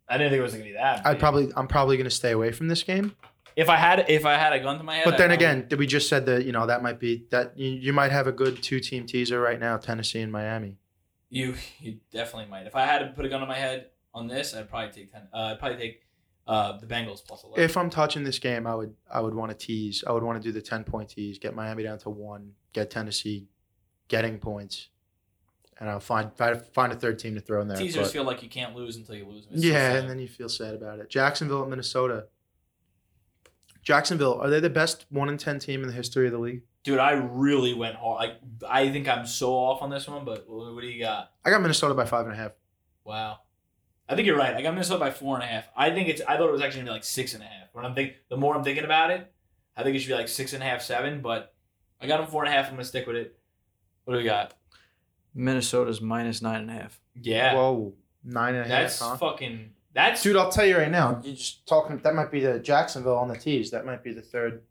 I didn't think it was gonna be that. I big. probably I'm probably gonna stay away from this game. if I had if I had a gun to my head. But I then probably- again, we just said that you know that might be that you, you might have a good two team teaser right now, Tennessee and Miami. you you definitely might. If I had to put a gun to my head on this, I'd probably take ten. Uh, I'd probably take uh, the Bengals plus eleven. If I'm touching this game, I would I would want to tease. I would want to do the ten point tease, get Miami down to one, get Tennessee getting points, and I'll find fi- find a third team to throw in there. teasers but- feel like you can't lose until you lose. them. It's so yeah, sad. and then you feel sad about it. Jacksonville, and Minnesota. Jacksonville are they the best one in ten team in the history of the league? Dude, I really went hard. I I think I'm so off on this one, but what what do you got? I got Minnesota by five and a half. Wow. I think you're right. I got Minnesota by four and a half. I think it's. I thought it was actually gonna be like six and a half. When I'm think, the more I'm thinking about it, I think it should be like six and a half, seven. But I got them four and a half. I'm gonna stick with it. What do we got? Minnesota's minus nine and a half. Yeah, Whoa, nine and a half. that's huh? fucking. That's Dude, I'll tell you right now. You just talking. That might be the Jacksonville on the tease. That might be the third.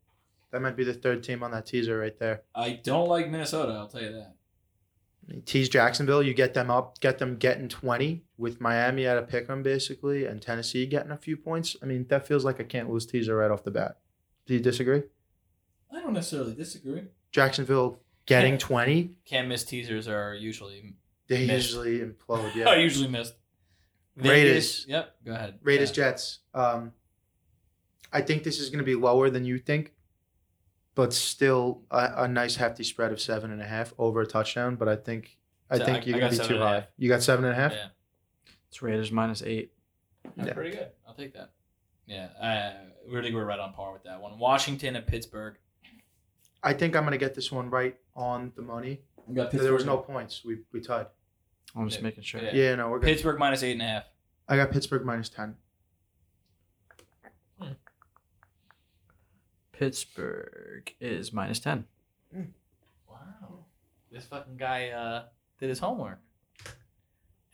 That might be the third team on that teaser right there. I don't like Minnesota. I'll tell you that. You tease Jacksonville. You get them up. Get them getting twenty with Miami at a pick 'em basically, and Tennessee getting a few points. I mean, that feels like a can't lose teaser right off the bat. Do you disagree? I don't necessarily disagree. Jacksonville getting Yeah. twenty. Can't miss teasers are usually. They Missed. usually implode. Oh, Yeah. I Yeah. usually missed. Raiders. Vegas- Yep. Go ahead. Raiders Yeah. Jets. Um, I think this is going to be lower than you think, but still a, a nice hefty spread of seven and a half over a touchdown. But I think I So think I- you're going I got to be seven too and a high. half. You got seven and a half. Yeah. It's Raiders minus eight. That's Yeah. pretty good. I'll take that. Yeah, I really we're right on par with that one. Washington at Pittsburgh. I think I'm going to get this one right on the money. We got There was no points. We we tied. I'm just Yeah. making sure. Yeah. Yeah, no, we're good. Pittsburgh minus eight and a half. I got Pittsburgh minus ten. Pittsburgh is minus ten. Wow, this fucking guy uh, did his homework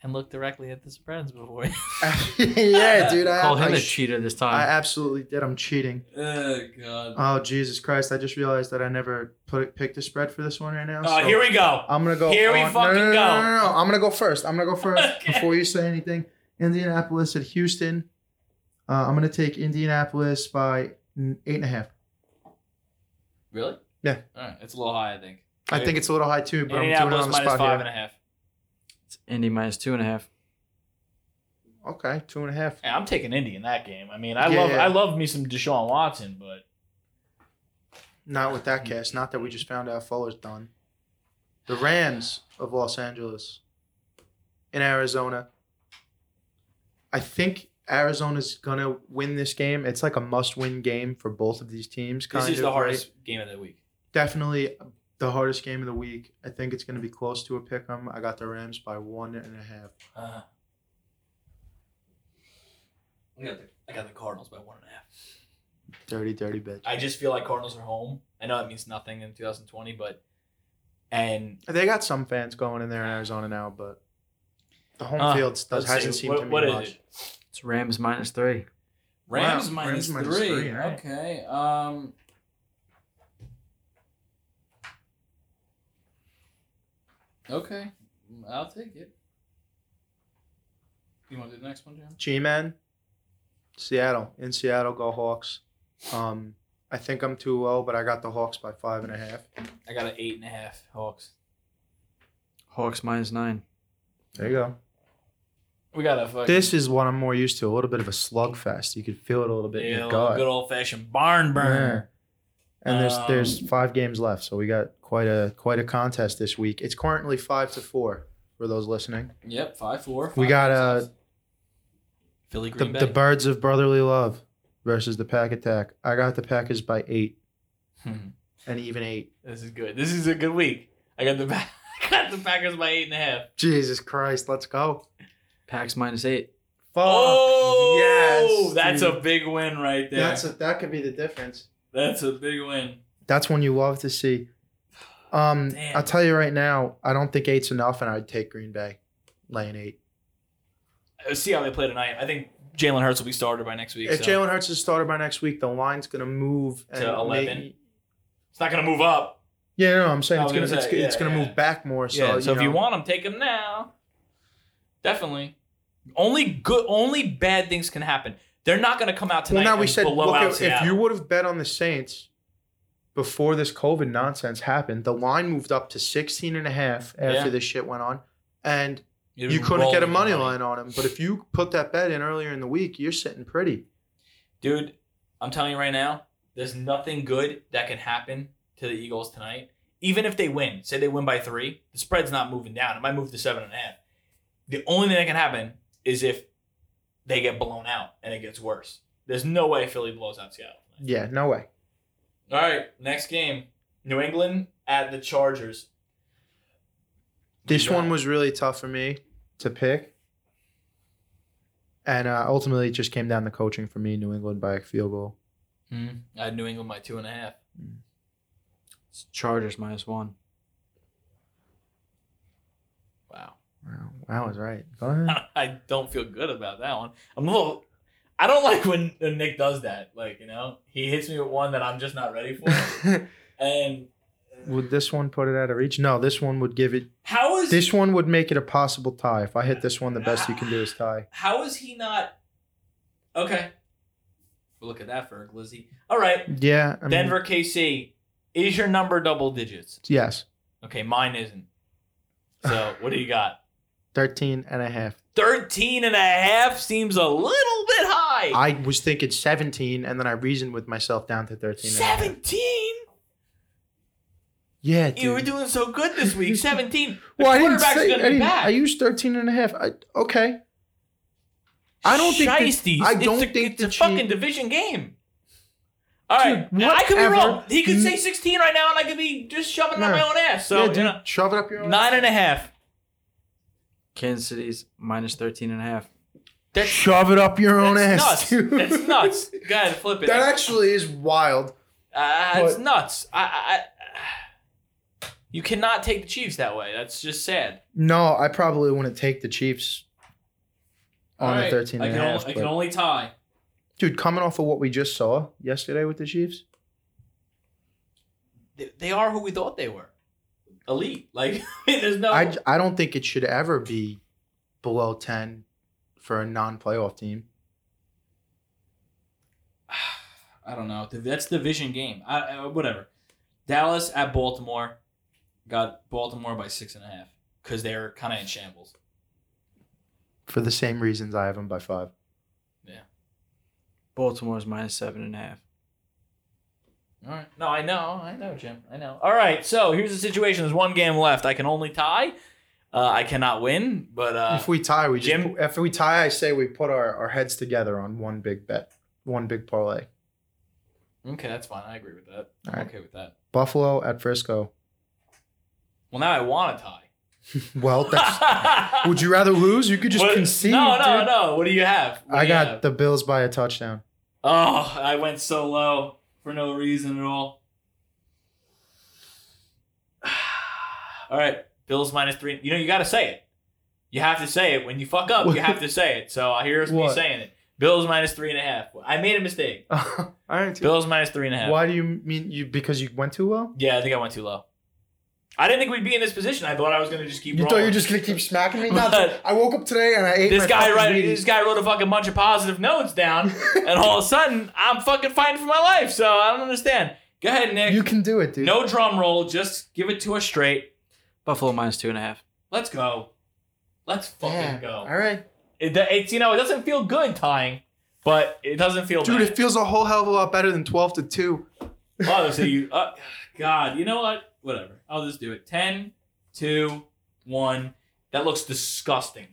and looked directly at the spreads before. yeah, dude. I, Call I, him a sh- cheater this I time. absolutely did. I'm cheating. oh god. Oh Jesus Christ! I just realized that I never put picked the spread for this one right now. Oh, so- here we go. I'm gonna go. Here we on- fucking no, no, no, go. No, no, no, I'm gonna go first. I'm gonna go first Okay. before you say anything. Indianapolis at Houston. Uh, I'm going to take Indianapolis by n- eight and a half. Really? Yeah. All right. It's a little high, I think. I think it's a little high too, but I'm doing it Indianapolis on the minus spot five here. and a half. It's Indy minus two and a half. Okay, two and a half. Yeah, I'm taking Indy in that game. I mean, I Yeah, love yeah. I love me some Deshaun Watson, but Not with that cast. Not that we just found out Fuller's done. The Rams of Los Angeles in Arizona. I think Arizona's gonna win this game. It's like a must-win game for both of these teams. This Kind is of, the right? hardest game of the week. Definitely the hardest game of the week. I think it's gonna be close to a pick 'em. I got the Rams by one and a half. Uh, I got the I got the Cardinals by one and a half. Dirty, dirty bitch. I just feel like Cardinals are home. I know that means nothing in 2020, but and They got some fans going in there in Arizona now, but the home Uh, field does, Ah, let's see, hasn't seemed what- to me what is much. it? It's Rams minus three. Rams, Wow, minus Rams minus three. three, right. Okay. Um. Okay, I'll take it. You want to do the next one, John? G-Men, Seattle. In Seattle, go Hawks. Um, I think I'm too low, but I got the Hawks by five and a half. I got an eight and a half Hawks. Hawks minus nine. There you go. We got a fucking This is what I'm more used to. A little bit of a slugfest. You could feel it a little bit in yeah, your a gut. good old fashioned barn burner. Yeah. And there's Um, there's five games left, so we got quite a quite a contest this week. It's currently five to four for those listening. Yep, five four. We five, got, six, uh, seven. Philly The, Green the Bay. birds of brotherly love versus the pack attack. I got the Packers by eight, Hmm. an even eight. This is good. This is a good week. I got the Pa- I got the Packers by eight and a half. Jesus Christ, let's go. Packs minus eight. Fuck. Oh, yes, that's dude. a big win right there. That's a, that could be the difference. That's a big win. That's one you love to see. Um, Damn. I'll tell you right now, I don't think eight's enough, and I'd take Green Bay laying eight. Uh, See how they play tonight. I think Jalen Hurts will be starter by next week. If so. Jalen Hurts is started by next week, the line's gonna move and To 11? make- it's not gonna move up. yeah, no, I'm saying I it's was gonna, gonna it's, say, gonna- it's yeah, gonna yeah. move back more. So, yeah. So if you know, want him, take him now. Definitely. Only good. Only bad things can happen. They're not gonna come out well, tonight. now we and said blow look, out if- if Seattle. you would have bet on the Saints before this COVID nonsense happened, the line moved up to 16 and a half after Yeah. this shit went on, and You'd you be couldn't get a rolling in money, money. line on him. But if you put that bet in earlier in the week, you're sitting pretty. dude. I'm telling you right now, there's nothing good that can happen to the Eagles tonight. Even if they win, say they win by three, the spread's not moving down. It might move to seven and a half. The only thing that can happen is if they get blown out and it gets worse. There's no way Philly blows out Seattle. Yeah, no way. All right, next game, New England at the Chargers. This Yeah. one was really tough for me to pick. And uh, ultimately, it just came down to coaching for me, New England by a field goal. I had New England by two and a half. It's Chargers minus one. Wow, Wow, I was right. Go ahead. I don't feel good about that one. I'm a little. I don't like when when Nick does that. Like you know, he hits me with one that I'm just not ready for. And would this one put it out of reach? No, this one would give it. how is This one would make it a possible tie. If I hit this one, the best you can do is tie. how is he not okay? Well, look at that for a glizzy. All right, Yeah. I mean, Denver KC is your number double digits. Yes. Okay, mine isn't. So what do you got? 13 and a half. 13 and a half seems a little bit high. I was thinking 17, and then I reasoned with myself down to 13. and a half. 17? Yeah, dude. You were doing so good this week. 17. The Well, I didn't quarterback's say. I, going to be didn't, back. I used 13 and a half. I, okay. I don't think. the- Shiesties. I It's don't a- think it's the a fucking Chief- division game. All right, Dude, I could be whatever. wrong. He could You- say 16 right now, and I could be just shoving it up No. my own ass. So yeah, you dude, know, shove it up your own. nine and a half. Kansas City's minus 13 and a half. That's shove it up your own that's ass. nuts. dude. That's nuts. Go ahead, flip it. that actually is wild. uh, it's but- nuts. I, I, I- you cannot take the Chiefs that way. That's just sad. No, I probably wouldn't take the Chiefs on All right, the 13 I and a can, only, half. I but- can only tie. Dude, coming off of what we just saw yesterday with the Chiefs, They, they are who we thought they were. Elite. Like there's no. I, I don't think it should ever be below 10 for a non-playoff team. I don't know. That's division game. I, I, whatever. Dallas at Baltimore. Got Baltimore by six and a half because they're kind of in shambles. For the same reasons I have them by five. Baltimore's minus seven and a half. All right. No, I know. I know, Jim. I know. All right. So here's the situation. There's one game left. I can only tie. Uh, I cannot win, but uh, if we tie, we Jim? just if we tie, I say we put our, our heads together on one big bet, one big parlay. okay, that's fine. I agree with that. All I'm right. okay with that. Buffalo at Frisco. Well, now I want to Well, that's, tie. would you rather lose? You could just What- concede. No, no, dude. no. What do you have? What do I you got have? the Bills by a touchdown. Oh, I went so low for no reason at all. All right, Bills minus three. You know, you got to say it. You have to say it when you fuck up. You have to say it. So here's me What? saying it. Bills minus three and a half. I made a mistake. All right. dude. Bills minus three and a half. Why do you mean you because you went too well? Yeah, I think I went too low. I didn't think we'd be in this position. I thought I was gonna just keep. You thought rolling. you were just gonna keep smacking me? But- No, I woke up today and I ate this my guy fucking wrote Wheaties. this guy wrote a fucking bunch of positive notes down, and all of a sudden I'm fucking fighting for my life. So I don't understand. Go ahead, Nick. You can do it, dude. No drum roll, just give it to us straight. Buffalo minus two and a half. Let's go. Let's fucking Yeah. go. All right, It, it's you know it doesn't feel good tying, but it doesn't feel dude. bad. It feels a whole hell of a lot better than twelve to two. Oh, so you, uh, God, you know what? Whatever. I'll just do it. 10, 2, 1. That looks disgusting.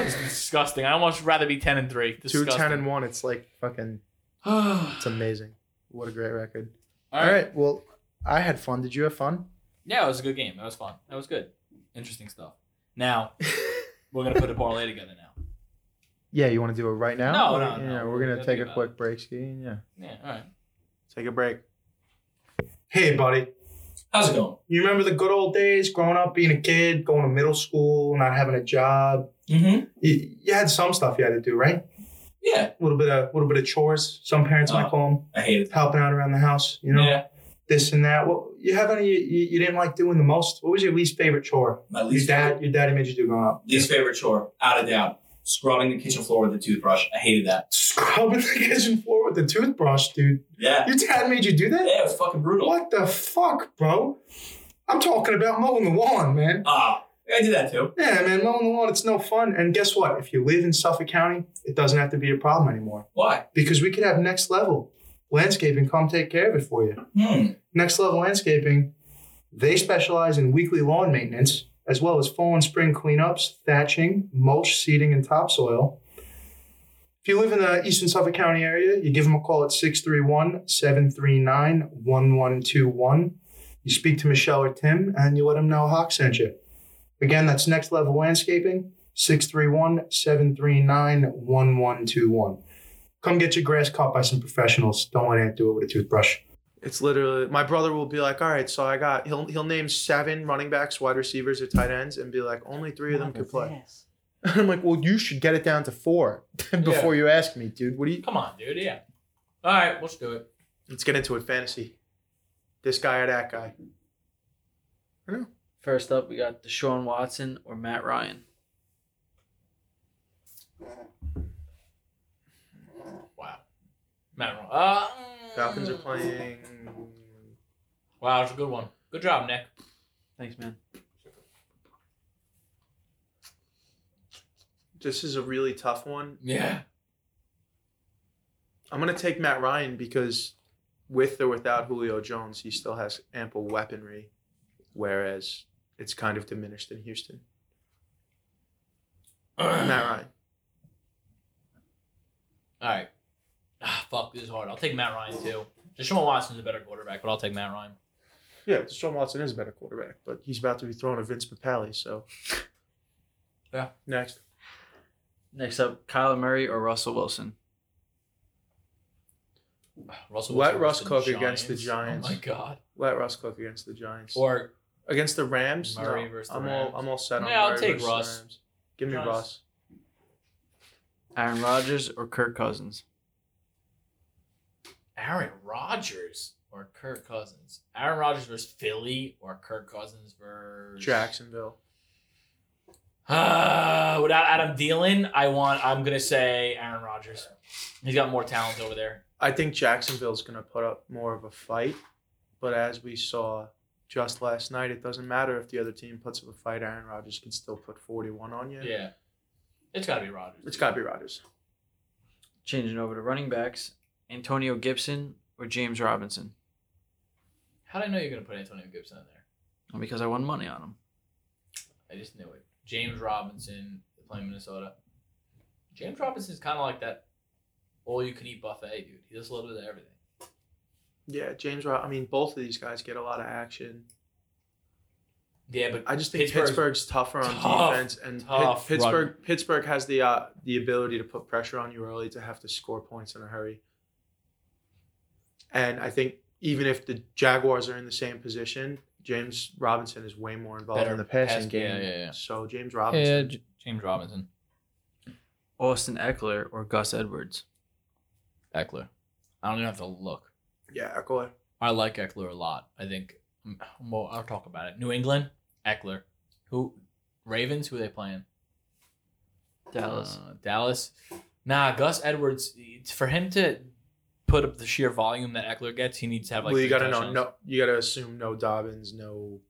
looks disgusting. I almost rather be 10 and 3. Two Disgusting. ten and one. It's like fucking. All It's amazing. What a great record. All right. right. Well, I had fun. Did you have fun? Yeah, it was a good game. That was fun. That was good. Interesting stuff. Now, we're going to put a parlay together now. Yeah. You want to do it right now? No, Or- no, no. Yeah, We're we're gonna gonna take think a quick break, ski. and Yeah. Yeah, all right. Take a break. Hey, buddy. How's it going? You remember the good old days, growing up, being a kid, going to middle school, not having a job. Mm-hmm. You, you had some stuff you had to do, right? Yeah. A little bit of, little bit of chores. Some parents Uh, might call them I hate it. helping out around the house. You know. yeah. this and that. What you have any you, you didn't like doing the most? What was your least favorite chore? My least your dad, favorite, your daddy made you do growing up. least favorite chore, out of doubt, scrubbing the kitchen floor with a toothbrush. I hated that. Scrubbing the kitchen floor with a toothbrush, dude. Yeah, Your dad made you do that? yeah, it was fucking brutal. What the fuck, bro? I'm talking about mowing the lawn, man. Ah, I did that too. Yeah, man, mowing the lawn, it's no fun. And guess what? If you live in Suffolk County, it doesn't have to be a problem anymore Why? because we could have next level landscaping come take care of it for you. Hmm. Next Level Landscaping, they specialize in weekly lawn maintenance as well as fall and spring cleanups, thatching, mulch, seeding, and topsoil. If you live in the Eastern Suffolk County area, you give them a call at 631 739 1121. You speak to Michelle or Tim and you let them know Hawk sent you. Again, that's Next Level Landscaping, 631 739 1121. Come get your grass cut by some professionals. Don't let Aunt do it with a toothbrush. It's literally my brother will be like, all right, so I got he'll he'll name seven running backs, wide receivers, or tight ends, and be like, only three of them could play. And I'm like, well, you should get it down to four before you ask me, dude. What do you? Come on, dude. Yeah. All right, let's do it. Let's get into it. Fantasy. This guy or that guy. First up, we got Deshaun Watson or Matt Ryan. Wow. Matt Ron- uh, Falcons are playing. Wow, it's a good one. Good job, Nick. Thanks, man. This is a really tough one. Yeah. I'm gonna take Matt Ryan because, with or without Julio Jones, he still has ample weaponry, whereas it's kind of diminished in Houston. Matt Ryan. All right. Ah, fuck, this is hard. I'll take Matt Ryan too. Deshaun Watson's a better quarterback, but I'll take Matt Ryan. Yeah, Deshaun Watson is a better quarterback, but he's about to be thrown to Vince Papale, so. Yeah. Next. Next up, Kyler Murray or Russell Wilson. Russell Let Wilson Russ versus cook against the Giants. Oh my god. Let Russ cook against the Giants. Or against the Rams? Murray no, versus the I'm Rams. all I'm all set on Yeah, I'll Murray take versus the Russ. Rams. Give me Russ. Russ. Aaron Rodgers or Kirk Cousins. Aaron Rodgers or Kirk Cousins. Aaron Rodgers versus Philly or Kirk Cousins versus Jacksonville. Ah, without Adam Thielen, I want. I'm gonna say Aaron Rodgers. He's got more talent over there. I think Jacksonville's going to put up more of a fight, but as we saw just last night, it doesn't matter if the other team puts up a fight. Aaron Rodgers can still put 41 on you. Yeah, it's got to be Rodgers. It's got to be Rodgers. Changing over to running backs, Antonio Gibson or James Robinson, How did I know you're gonna put Antonio Gibson in there? because I won money on him. I just knew it. James Robinson playing Minnesota. James Robinson's kind of like that all-you-can-eat buffet dude. He does a little bit of everything. Yeah, James Rod. I mean, both of these guys get a lot of action. Yeah, but I just think Pittsburgh's- Pittsburgh's, tougher on Tough, defense, and Pit- tough run. Pittsburgh Pittsburgh has the uh, the ability to put pressure on you early to have to score points in a hurry. And I think even if the Jaguars are in the same position, James Robinson is way more involved Better in the passing pass- game. yeah, yeah, yeah. So James Robinson, J- James Robinson, Austin Eckler or Gus Edwards. Eckler. I don't even have to look. yeah, Eckler. I like Eckler a lot. I think. mm, Well, I'll talk about it. New England, Eckler. Who? Ravens. Who are they playing? Dallas. Uh, Dallas. Nah, Gus Edwards. it's- For him to put up the sheer volume that Eckler gets, he needs to have like. well, you three got to know touchdowns. no, you got to assume no Dobbins, no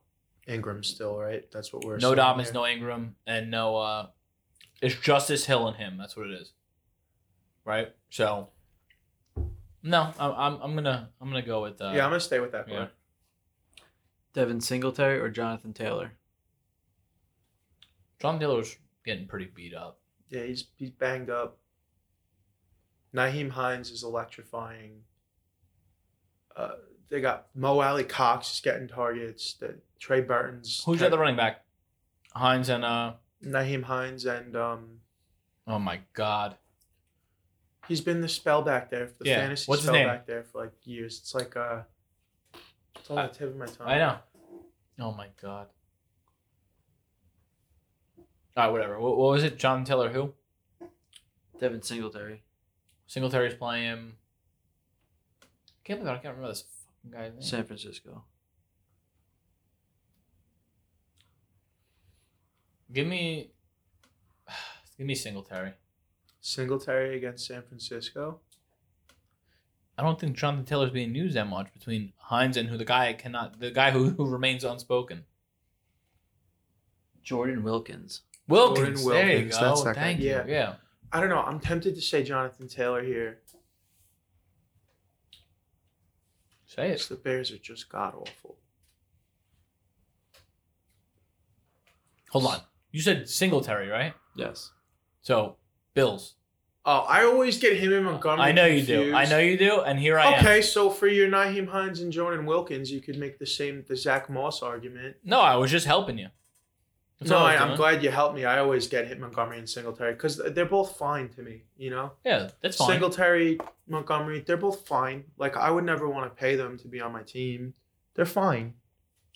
Ingram, still right? That's what we're no assuming Dobbins, here. no Ingram, and no. uh It's Justice Hill and him. That's what it is. Right. So. No, I'm, I'm, I'm gonna I'm gonna go with uh, yeah, I'm gonna stay with Eckler. yeah. Devin Singletary or Jonathan Taylor. John Taylor's getting pretty beat up. Yeah, he's he's banged up. Naheem Hines is electrifying. Uh, they got Mo Alley Cox is getting targets. That Trey Burton's Who's the other running back? Hines and uh Naheem Hines and um oh my god. he's been the spell back there the Yeah, fantasy what's his spell name? back there for like years. It's like uh it's on the tip of my tongue. I know. Oh my god. All right, whatever. What, what was it? John Taylor who? Devin Singletary. Singletary's playing him. Can't believe I can't remember this fucking guy's name. San Francisco. Give me Give me Singletary. Singletary against San Francisco. I don't think Jonathan Taylor's being used that much between Hines and who the guy cannot the guy who, who remains unspoken. Jordan Wilkins. Wilkins, Jordan there you Wilkins, that's go. that guy. Thank you. Yeah. yeah. I don't know. I'm tempted to say Jonathan Taylor here. Say it. The Bears are just god awful. Hold on. You said Singletary, right? Yes. So Bills. Oh, I always get him and Montgomery. I know you do. confused. I know you do. And here I am. Okay, so for your Naheem Hines and Jordan Wilkins, you could make the same the Zach Moss argument. No, I was just helping you. That's no, all I, was I'm doing. glad you helped me. I always get hit Montgomery and Singletary because they're both fine to me. You know, Yeah, that's fine. Singletary, Montgomery, they're both fine. Like I would never want to pay them to be on my team. They're fine.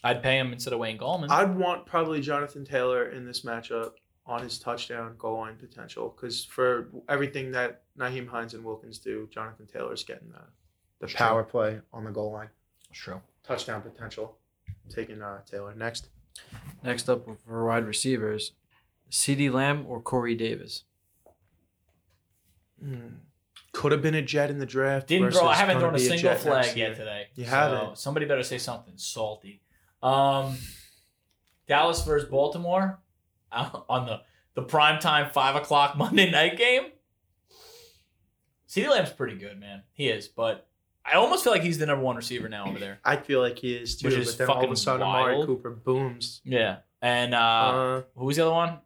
I'd pay him instead of Wayne Gallman. I'd want probably Jonathan Taylor in this matchup on his touchdown goal line potential because for everything that Naheem Hines and Wilkins do, Jonathan Taylor's getting the the Sure. power play on the goal line. That's true. touchdown potential. Taking uh, Taylor next. Next up for wide receivers, CeeDee Lamb or Corey Davis. Could have Hmm. been a Jet in the draft. Didn't throw. I versus haven't gonna thrown a be single Jet flag next yet year. today. You So haven't. Somebody better say something salty. Um, Dallas versus Baltimore uh, on the the prime time five o'clock Monday night game. CeeDee Lamb's pretty good, man. He is, but I almost feel like he's the number one receiver now over there. I feel like he is too. Which is but then all of fucking a sudden, Amari wild. Cooper booms. Yeah, and Uh, uh, who was the other one?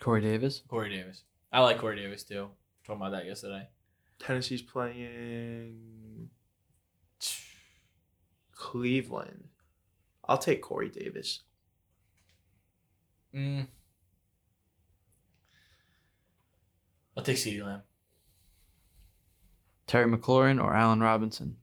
Corey Davis. Corey Davis. I like Corey Davis too. Talking about that yesterday. Tennessee's playing Cleveland. I'll take Corey Davis. Mm. I'll take CeeDee Lamb. Terry McLaurin or Allen Robinson.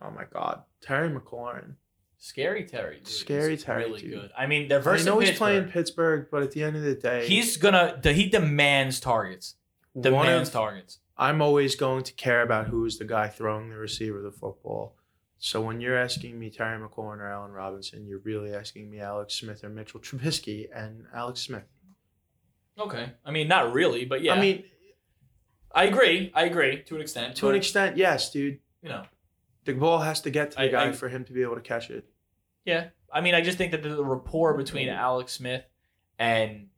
Oh my God, Terry McLaurin. Scary Terry. Dude. Scary He's Terry, Really dude. good. I mean, they're I versus know he's Pittsburgh. playing Pittsburgh, but at the end of the day, He's gonna. the- He demands targets. one Demands of targets. I'm always going to care about who's the guy throwing the receiver the football. So when you're asking me Terry McLaurin or Allen Robinson, you're really asking me Alex Smith or Mitchell Trubisky and Alex Smith. Okay. I mean, not really, but yeah. I mean, I agree. I agree to an extent. to an but, extent, yes, dude. you know, The ball has to get to the I- guy I- for him to be able to catch it. yeah. I mean, I just think that the the rapport between Alex Smith and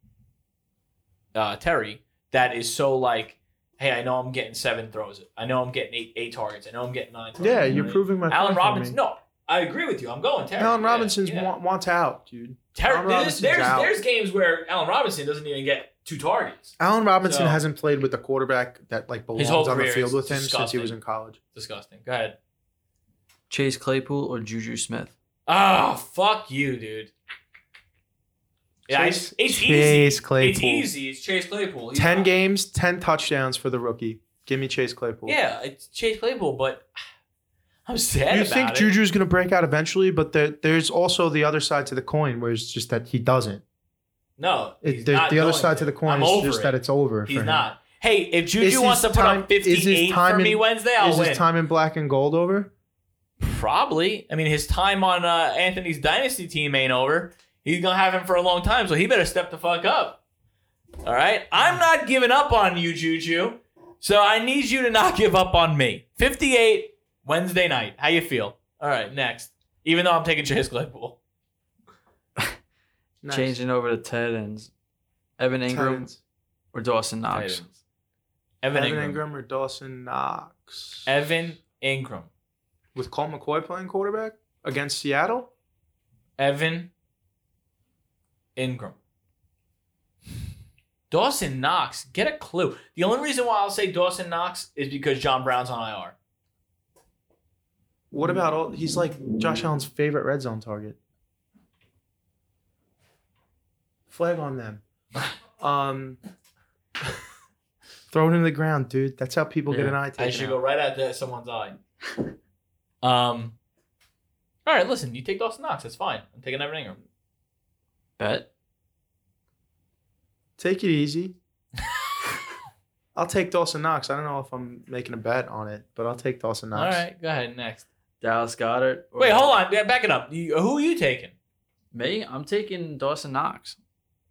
uh, Terry that is so like, hey, I know I'm getting seven throws. I know I'm getting eight eight targets. I know I'm getting nine. Targets, Yeah, You know you're what I mean? proving my Allen point for Robinson. me. No, I agree with you. I'm going Terry. Allen Yeah, Robinson's yeah. wa- wants out, dude. Terry, Allen there's, Robinson's there's, out. there's games where Allen Robinson doesn't even get two targets. Allen Robinson So- hasn't played with a quarterback that like belongs whole on the career field is with him since he disgusting. was in college. Disgusting. Go ahead. Chase Claypool or Juju Smith? Ah, fuck you, dude. Yeah, Chase- it's, it's easy. Chase Claypool. It's easy. It's Chase Claypool. He's Ten not- games, ten touchdowns for the rookie. Give me Chase Claypool. Yeah, it's Chase Claypool, but I'm sad you about think it. Juju's going to break out eventually, but there, there's also the other side to the coin, where it's just that he doesn't. No, It- he's there's not the other going side to. to the coin I'm is over just it. that it's over. He's for him. not. Hey, if Is Juju wants to his put time- up is his 58 time for me in- Wednesday, Is I'll win. his time in black and gold over? Probably. I mean, his time on uh, Anthony's dynasty team ain't over. He's gonna have him for a long time, so he better step the fuck up. All right, Mm. I'm not giving up on you, Juju. So I need you to not give up on me. 58 Wednesday night. How you feel? All right, next. Even though I'm taking Chase Claypool. Changing over to tight ends. Evan Ingram Titans. or Dawson Knox? Evan, Evan Ingram. Ingram or Dawson Knox Evan Ingram. with Colt McCoy playing quarterback against Seattle. Evan Ingram. Dawson Knox, get a clue. The only reason why I'll say Dawson Knox is because John Brown's on IR. What about all? He's like Josh Allen's favorite red zone target. Flag on them. Um, throw it into the ground, dude. That's how people get an eye I taken. should out. go right out there someone's eye. um. All right, listen. You take Dawson Knox. That's fine. I'm taking Evan Ingram. Bet. Take it easy. I'll take Dawson Knox. I don't know if I'm making a bet on it, but I'll take Dawson All Knox. right, go ahead. Next. Dallas Goddard. or- Wait, hold on. Yeah, Back it up. You, who are you taking? Me? I'm taking Dawson Knox.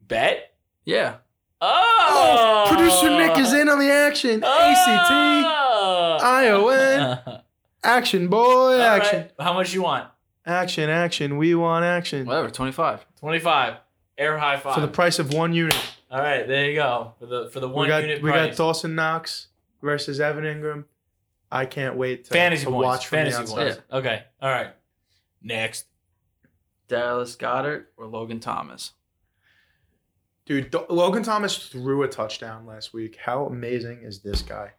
Bet. Yeah. Oh, Producer Nick is in on the action. Ah. ACT. Oh. Action, boy. All Action. right, How much you want? Action, action. We want action. Whatever. 25. 25. Air high five. For the price of one unit. All right, there you go. For the for the one we got unit we price. got Dawson Knox versus Evan Ingram. I can't wait to, fantasy to points. watch from fantasy the outside. points. Okay. All right. Next. Dallas Goddard or Logan Thomas? Dude, Do- Logan Thomas threw a touchdown last week. How amazing is this guy?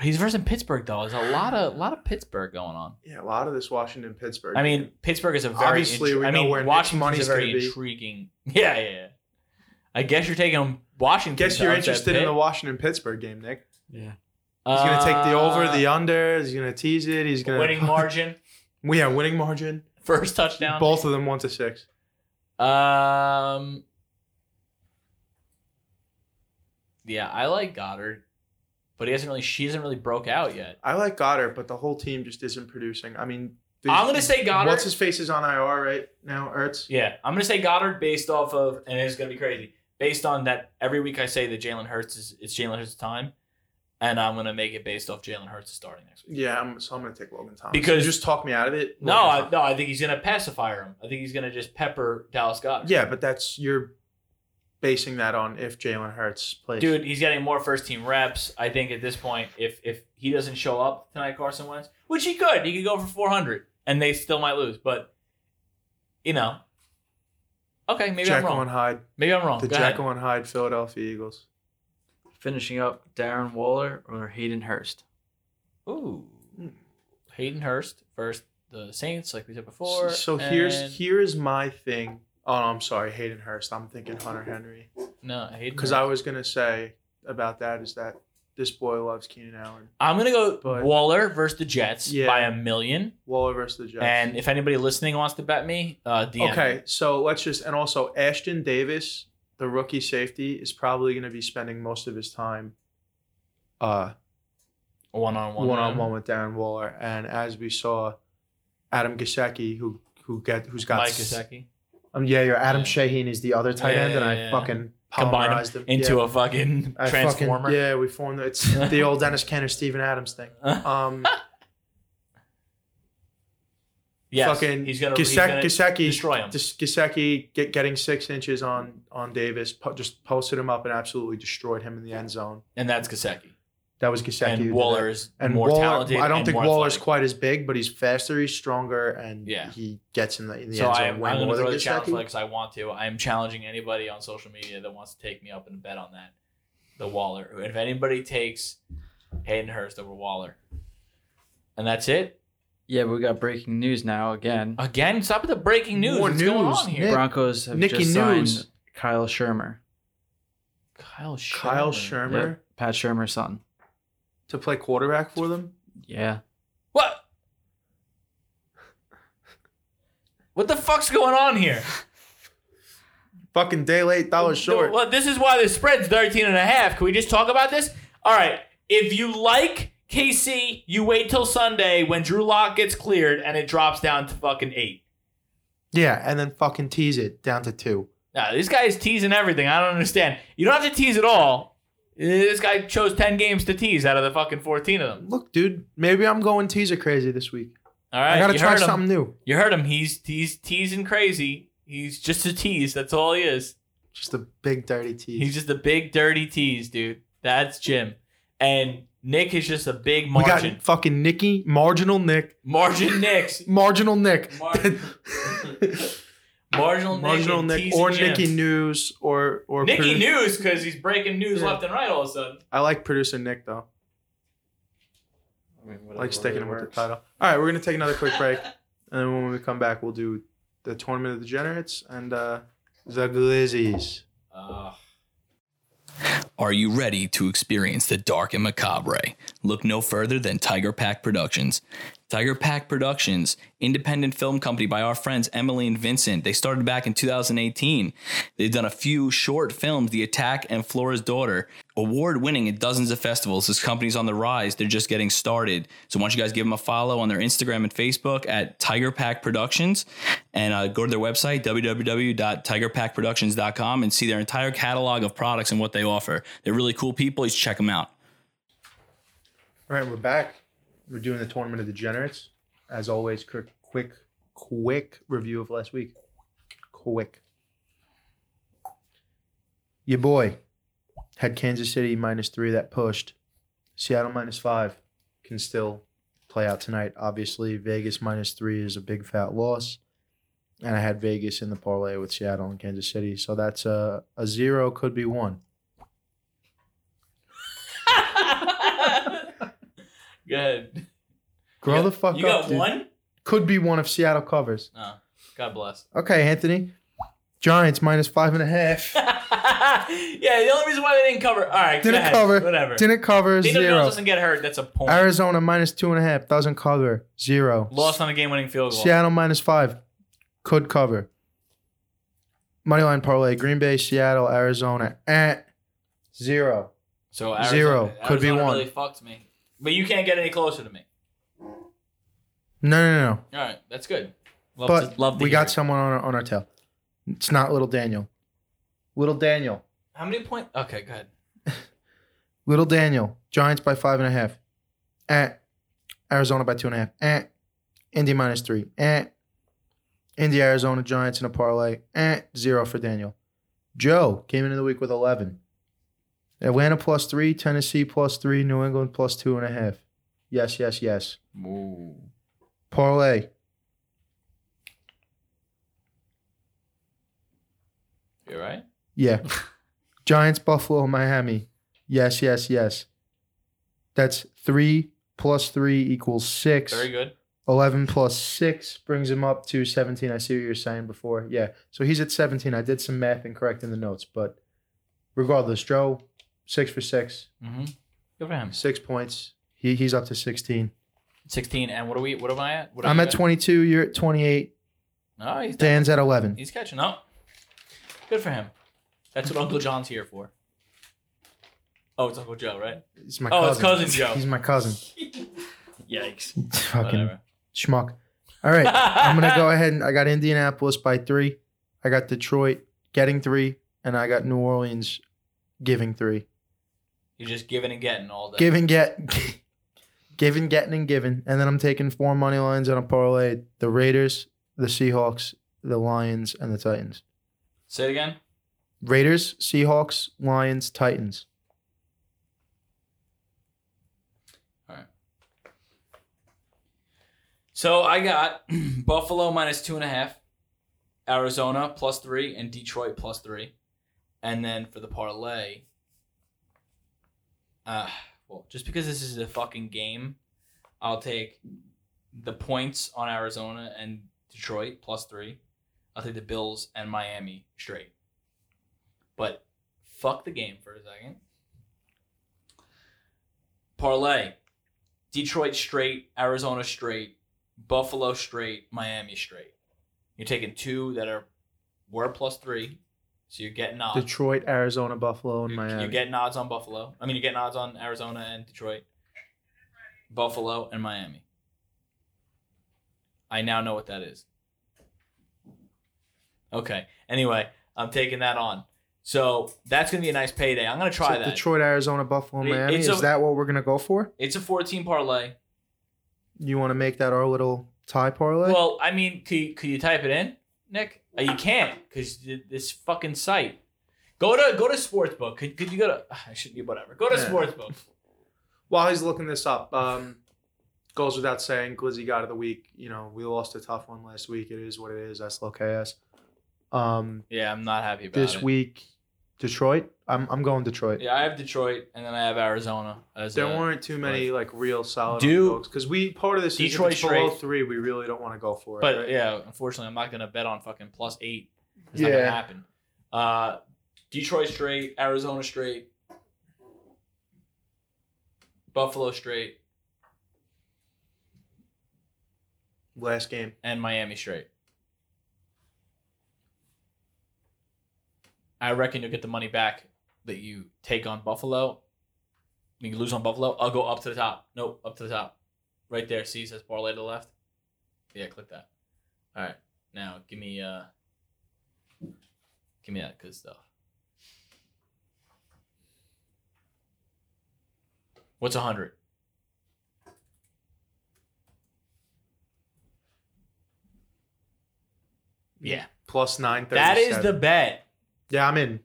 He's versus Pittsburgh though. There's a lot of lot of Pittsburgh going on. Yeah, a lot of this Washington Pittsburgh. I mean, Pittsburgh is a very Obviously, intri- we I know mean, where Nick's Washington's money's a very gonna be. intriguing. Yeah, yeah, yeah. I guess you're taking Washington. guess to you're upset interested in Pitt. the Washington Pittsburgh game, Nick. Yeah. He's gonna take the over, Uh, the under. He's gonna tease it. He's gonna winning margin, Yeah, winning margin. first touchdown. Both of them one to six. Um. Yeah, I like Goddard, but he hasn't really. She hasn't really broke out yet. I like Goddard, but the whole team just isn't producing. I mean, I'm gonna say Goddard. What's his face is on IR right now, Ertz. Yeah, I'm gonna say Goddard based off of, and it's gonna be crazy. Based on that, every week I say that Jalen Hurts is it's Jalen Hurts' time, and I'm gonna make it based off Jalen Hurts starting next week. Yeah, I'm, so I'm gonna take Logan Thomas. Because- you just talk me out of it. No, Logan I, no, I think he's gonna pacify him. I think he's gonna just pepper Dallas Goddard. Thomas. yeah, but that's you're basing that on if Jalen Hurts plays. dude, he's getting more first team reps. I think at this point, if if he doesn't show up tonight, Carson Wentz, which he could, he could go for 400, and they still might lose. But you know, okay, maybe I'm Jekyll wrong. and Hyde, Maybe I'm wrong. the Go ahead. Jekyll and Hyde Philadelphia Eagles. Finishing up Darren Waller or Hayden Hurst? Ooh. Hayden Hurst versus the Saints, like we said before. so here's and- here is my thing. Oh, I'm sorry, Hayden Hurst. I'm thinking Hunter Henry. no Because Hayden. Because I I was gonna say about that is that this boy loves Keenan Allen. I'm gonna go But- Waller versus the Jets Yeah. by a million. Waller versus the Jets. And if anybody listening wants to bet me, uh, DM. okay, so let's just and also Ashton Davis, the rookie safety, is probably gonna be spending most of his time uh one on one. one on one with Darren Waller. And as we saw, Adam Gasecki, who who got who's got Mike s- Gesicki Um, yeah, your Adam Yeah. Shaheen is the other tight Yeah, end, and yeah, I yeah. fucking Combine 'em polymerized him into Yeah. a fucking I fucking- transformer. yeah, we formed it's the old Dennis Kenner, Steven Adams thing. Um, Yes, fucking he's gonna, he's Gasecki, gonna destroy him. Just Gasecki get, getting six inches on on Davis, po- just posted him up and absolutely destroyed him in the end zone. and that's Gasecki. That was Gasecki. who did And that. Waller is and more Waller, talented. I don't and think more Waller's athletic. quite as big, but he's faster, he's stronger, and Yeah. he gets in the, in the So end I, zone am way I'm going to more than throw the challenge Gasecki. because I want to. I am challenging anybody on social media that wants to take me up and bet on that. The Waller. If anybody takes Hayden Hurst over Waller, and that's it. Yeah, but we got breaking news now again. Again, stop with the breaking news. More What's going news, on here? Nick. Broncos have Nicky just signed News. Kyle Shermer, Kyle Shermer. Kyle Shermer Yeah. Pat Shermer's son. to play quarterback for them. Yeah. What? What the fuck's going on here? Fucking day late, dollar short. Well, this is why the spread's 13 and a half. Can we just talk about this? All right. If you like KC, you wait till Sunday when Drew Lock gets cleared and it drops down to fucking eight. Yeah, and then fucking tease it down to two. Now, this guy is teasing everything. I don't understand. You don't have to tease at all. Eh, This guy chose 10 games to tease out of the fucking 14 of them. Look, dude, maybe I'm going teaser crazy this week. All right. I gotta you try heard him. something new. You heard him. He's, he's teasing crazy. He's just a tease. That's all he is. Just a big dirty tease. He's just a big dirty tease, dude. That's Jim. And Nick is just a big we margin. got fucking Nicky, marginal Nick, margin Nicks. marginal Nick, Mar- marginal Nick. marginal and Nick, teasing or Jim. Nicky News, or or Nicky produ- News because he's breaking news Yeah. left and right all of a sudden. I like producer Nick though. I mean, I like sticking him with the title. All right, we're gonna take another quick break, and then when we come back, we'll do the tournament of degenerates and uh, the glizzies. Are you ready to experience the dark and macabre? Look no further than Tiger Pack Productions. Tiger Pack Productions, independent film company by our friends Emily and Vincent. They started back in 2018. They've done a few short films, The Attack and Flora's Daughter. Award winning at dozens of festivals. This company's on the rise. They're just getting started. So why don't you guys give them a follow on their Instagram and Facebook at Tiger Pack Productions and uh, go to their website, www.tigerpackproductions.com, and see their entire catalog of products and what they offer. They're really cool people. You should check them out. All right, we're back. We're doing the tournament of degenerates. As always, quick, quick, quick review of last week. Quick. Your boy had Kansas City minus three that pushed. Seattle minus five can still play out tonight. Obviously, Vegas minus three is a big fat loss. And I had Vegas in the parlay with Seattle and Kansas City. So that's a, a zero, could be one. Good. Grow You the got- fuck You up. got dude. one? Could be one if Seattle covers. Oh, God bless. Okay, Anthony. Giants minus five and a half. yeah, the only reason why they didn't cover. All right, go Didn't ahead. cover. Whatever. Didn't cover Daniel Jones zero. doesn't get hurt. That's a point. Arizona minus two and a half. Doesn't cover zero. Lost on a game-winning field goal. Seattle minus five. Could cover. Moneyline parlay. Green Bay, Seattle, Arizona at zero. So Arizona, Zero. Arizona Could be one. Really fucked me. But you can't get any closer to me. No, no, no. no. All right, that's good. Love But to, love to we hear got it. someone on our, on our tail. It's not little Daniel. Little Daniel. How many point? Okay, go ahead. Little Daniel, Giants by five and a half. Eh. Arizona by two and a half. Eh. Indy minus three. Eh. Indy, Arizona, Giants in a parlay. Eh. Zero for Daniel. Joe came into the week with 11. Atlanta plus three, Tennessee plus three, New England plus two and a half. Yes, yes, yes. Parlay. You're right. Yeah. Giants, Buffalo, Miami. Yes, yes, yes. That's three plus three equals six. Very good. 11 plus 6 brings him up to 17. I see what you were saying before. Yeah. So he's at 17. I did some math incorrect in the notes, but regardless, Joe, 6 for 6, Mm-hmm. Good for him. 6 points. He, he's up to 16. 16. And what are we? What am I at? What are I'm you at 22. You're at 28. Oh, he's done. Dan's at 11. He's catching up. Good for him. That's what Uncle John's here for. Oh, it's Uncle Joe, right? It's my Oh, it's cousin. cousin Joe. He's my cousin. Yikes. Fucking Whatever. schmuck. All right. I'm going to go ahead and I got Indianapolis by three. I got Detroit getting three. And I got New Orleans giving three. You're just giving and getting all day. Giving, get, giving, getting, and giving. And then I'm taking four money lines on a parlay the Raiders, the Seahawks, the Lions, and the Titans. Say it again. Raiders, Seahawks, Lions, Titans. So I got Buffalo minus two and a half, Arizona plus three, and Detroit plus three. And then for the parlay, uh, well, just because this is a fucking game, I'll take the points on Arizona and Detroit plus three. I'll take the Bills and Miami straight. But fuck the game for a second. Parlay. Detroit straight, Arizona straight, Buffalo straight, Miami straight. You're taking two that are were plus three, so you're getting odds. Detroit, Arizona, Buffalo, and Miami. You're getting odds on Buffalo. I mean, you're getting odds on Arizona and Detroit, Buffalo and Miami. I now know what that is. Okay. Anyway, I'm taking that on. So that's gonna be a nice payday. I'm gonna try So that. Detroit, Arizona, Buffalo, It- Miami. it's Is a- that what we're going to go for? It's a 14 parlay. You want to make that our little tie parlay? Well, I mean, could you, could you type it in, Nick? Uh, you can't because this fucking site. Go to go to sportsbook. Could, could you go to? I should be whatever. Go to Yeah. sportsbook. While he's looking this up, um, goes without saying, Glizzy got of the week. You know, we lost a tough one last week. It is what it is. That's Locas. Um, Yeah, I'm not happy about this it. week, Detroit. I'm, I'm going Detroit. Yeah, I have Detroit and then I have Arizona as There a- weren't too many like real solid Do- because we part of this Detroit Detroit is if it's below straight. three. We really don't want to go for it. But right? yeah, unfortunately, I'm not gonna bet on fucking plus eight. It's not Yeah. gonna happen. Uh, Detroit straight, Arizona straight, Buffalo straight, last game. and Miami straight. I reckon you'll get the money back that you take on Buffalo. You lose on Buffalo. I'll go up to the top. Nope, up to the top. Right there. See, it says parlay to the left. Yeah, click that. All right. Now give me uh give me that good stuff. What's a hundred? Yeah. Plus nine thirty. That is the bet. yeah. I'm in.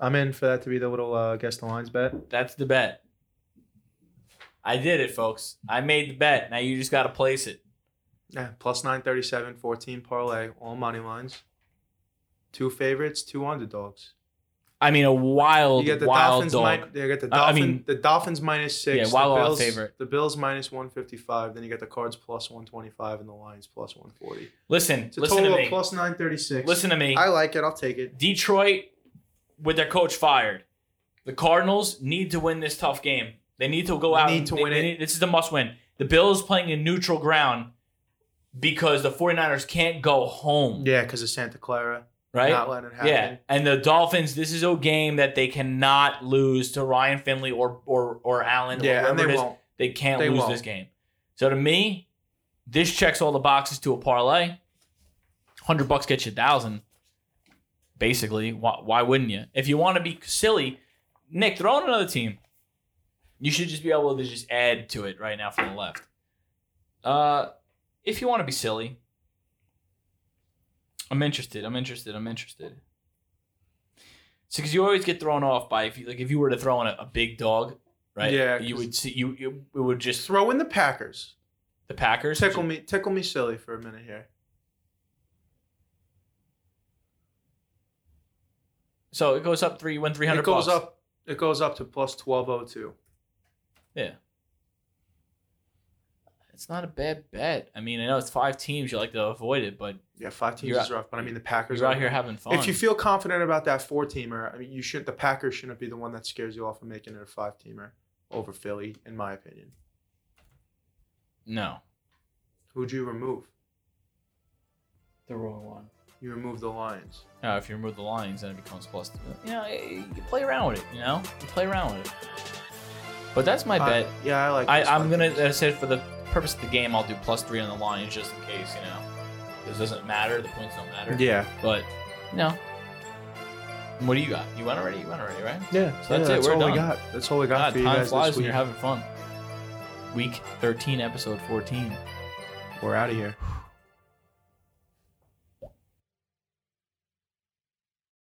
I'm in for that to be the little uh, guess the lines bet. That's the bet. I did it, folks. I made the bet. Now you just got to place it. Yeah, plus 937, 14 parlay, all money lines. Two favorites, two underdogs. I mean, a wild, You get the wild Dolphins. dog. Min- you get the Uh, I Dolphins. mean- the Dolphins minus six. Yeah, the wild, wild Bills- favorite. The Bills minus 155. Then you get the Cards plus 125 and the Lions plus 140. listen, It's a listen to total me. of plus 936. listen to me. I like it. I'll take it. Detroit, with their coach fired, the Cardinals need to win this tough game. They need to go They out. need and- to they- win they it. need- this is the must win. The Bills playing in neutral ground because the 49ers can't go home, Yeah, because of Santa Clara. right? Not letting it happen. Yeah, and the Dolphins. This is a game that they cannot lose to Ryan Finley or or or Allen. Yeah, or whoever and they it is. won't. They can't They lose won't. this game. So to me, this checks all the boxes to a parlay. Hundred bucks gets you a thousand. Basically, why, why wouldn't you? If you want to be silly, Nick, throw in another team. You should just be able to just add to it right now from the left. Uh, if you want to be silly, I'm interested. I'm interested. I'm interested. So, because you always get thrown off by if you like if you were to throw in a, a big dog, right? Yeah, you 'cause- would see you, you it would just Throw in the Packers. the Packers. Tickle me, tickle me silly for a minute here. So it goes up three. You win three hundred. It goes bucks. up. It goes up to plus 1202. It's not a bad bet. I mean, I know it's five teams. You like to avoid it, but Yeah, five teams You're is out- rough, but I mean the Packers you're are out here having fun. If you feel confident about that four teamer, I mean, you should. The Packers shouldn't be the one that scares you off of making it a five teamer over Philly, in my opinion. no, Who'd you remove? The wrong one. You remove the Lions. no, if you remove the lines, then it becomes plus. You know, you you play around with it. You know, you play around with it. But that's my I- bet. Uh, yeah, I like. I, this I'm one. gonna. That's it for the purpose of the game, I'll do plus three on the Lions just in case, you know. This doesn't matter. The points don't matter. Yeah. But, you know. What do you got? You went already? You went already, right? Yeah. So that's it, That's we're all done. we got. That's all we got God, for you time guys flies this when week. you're having fun. Week 13, episode 14. We're out of here.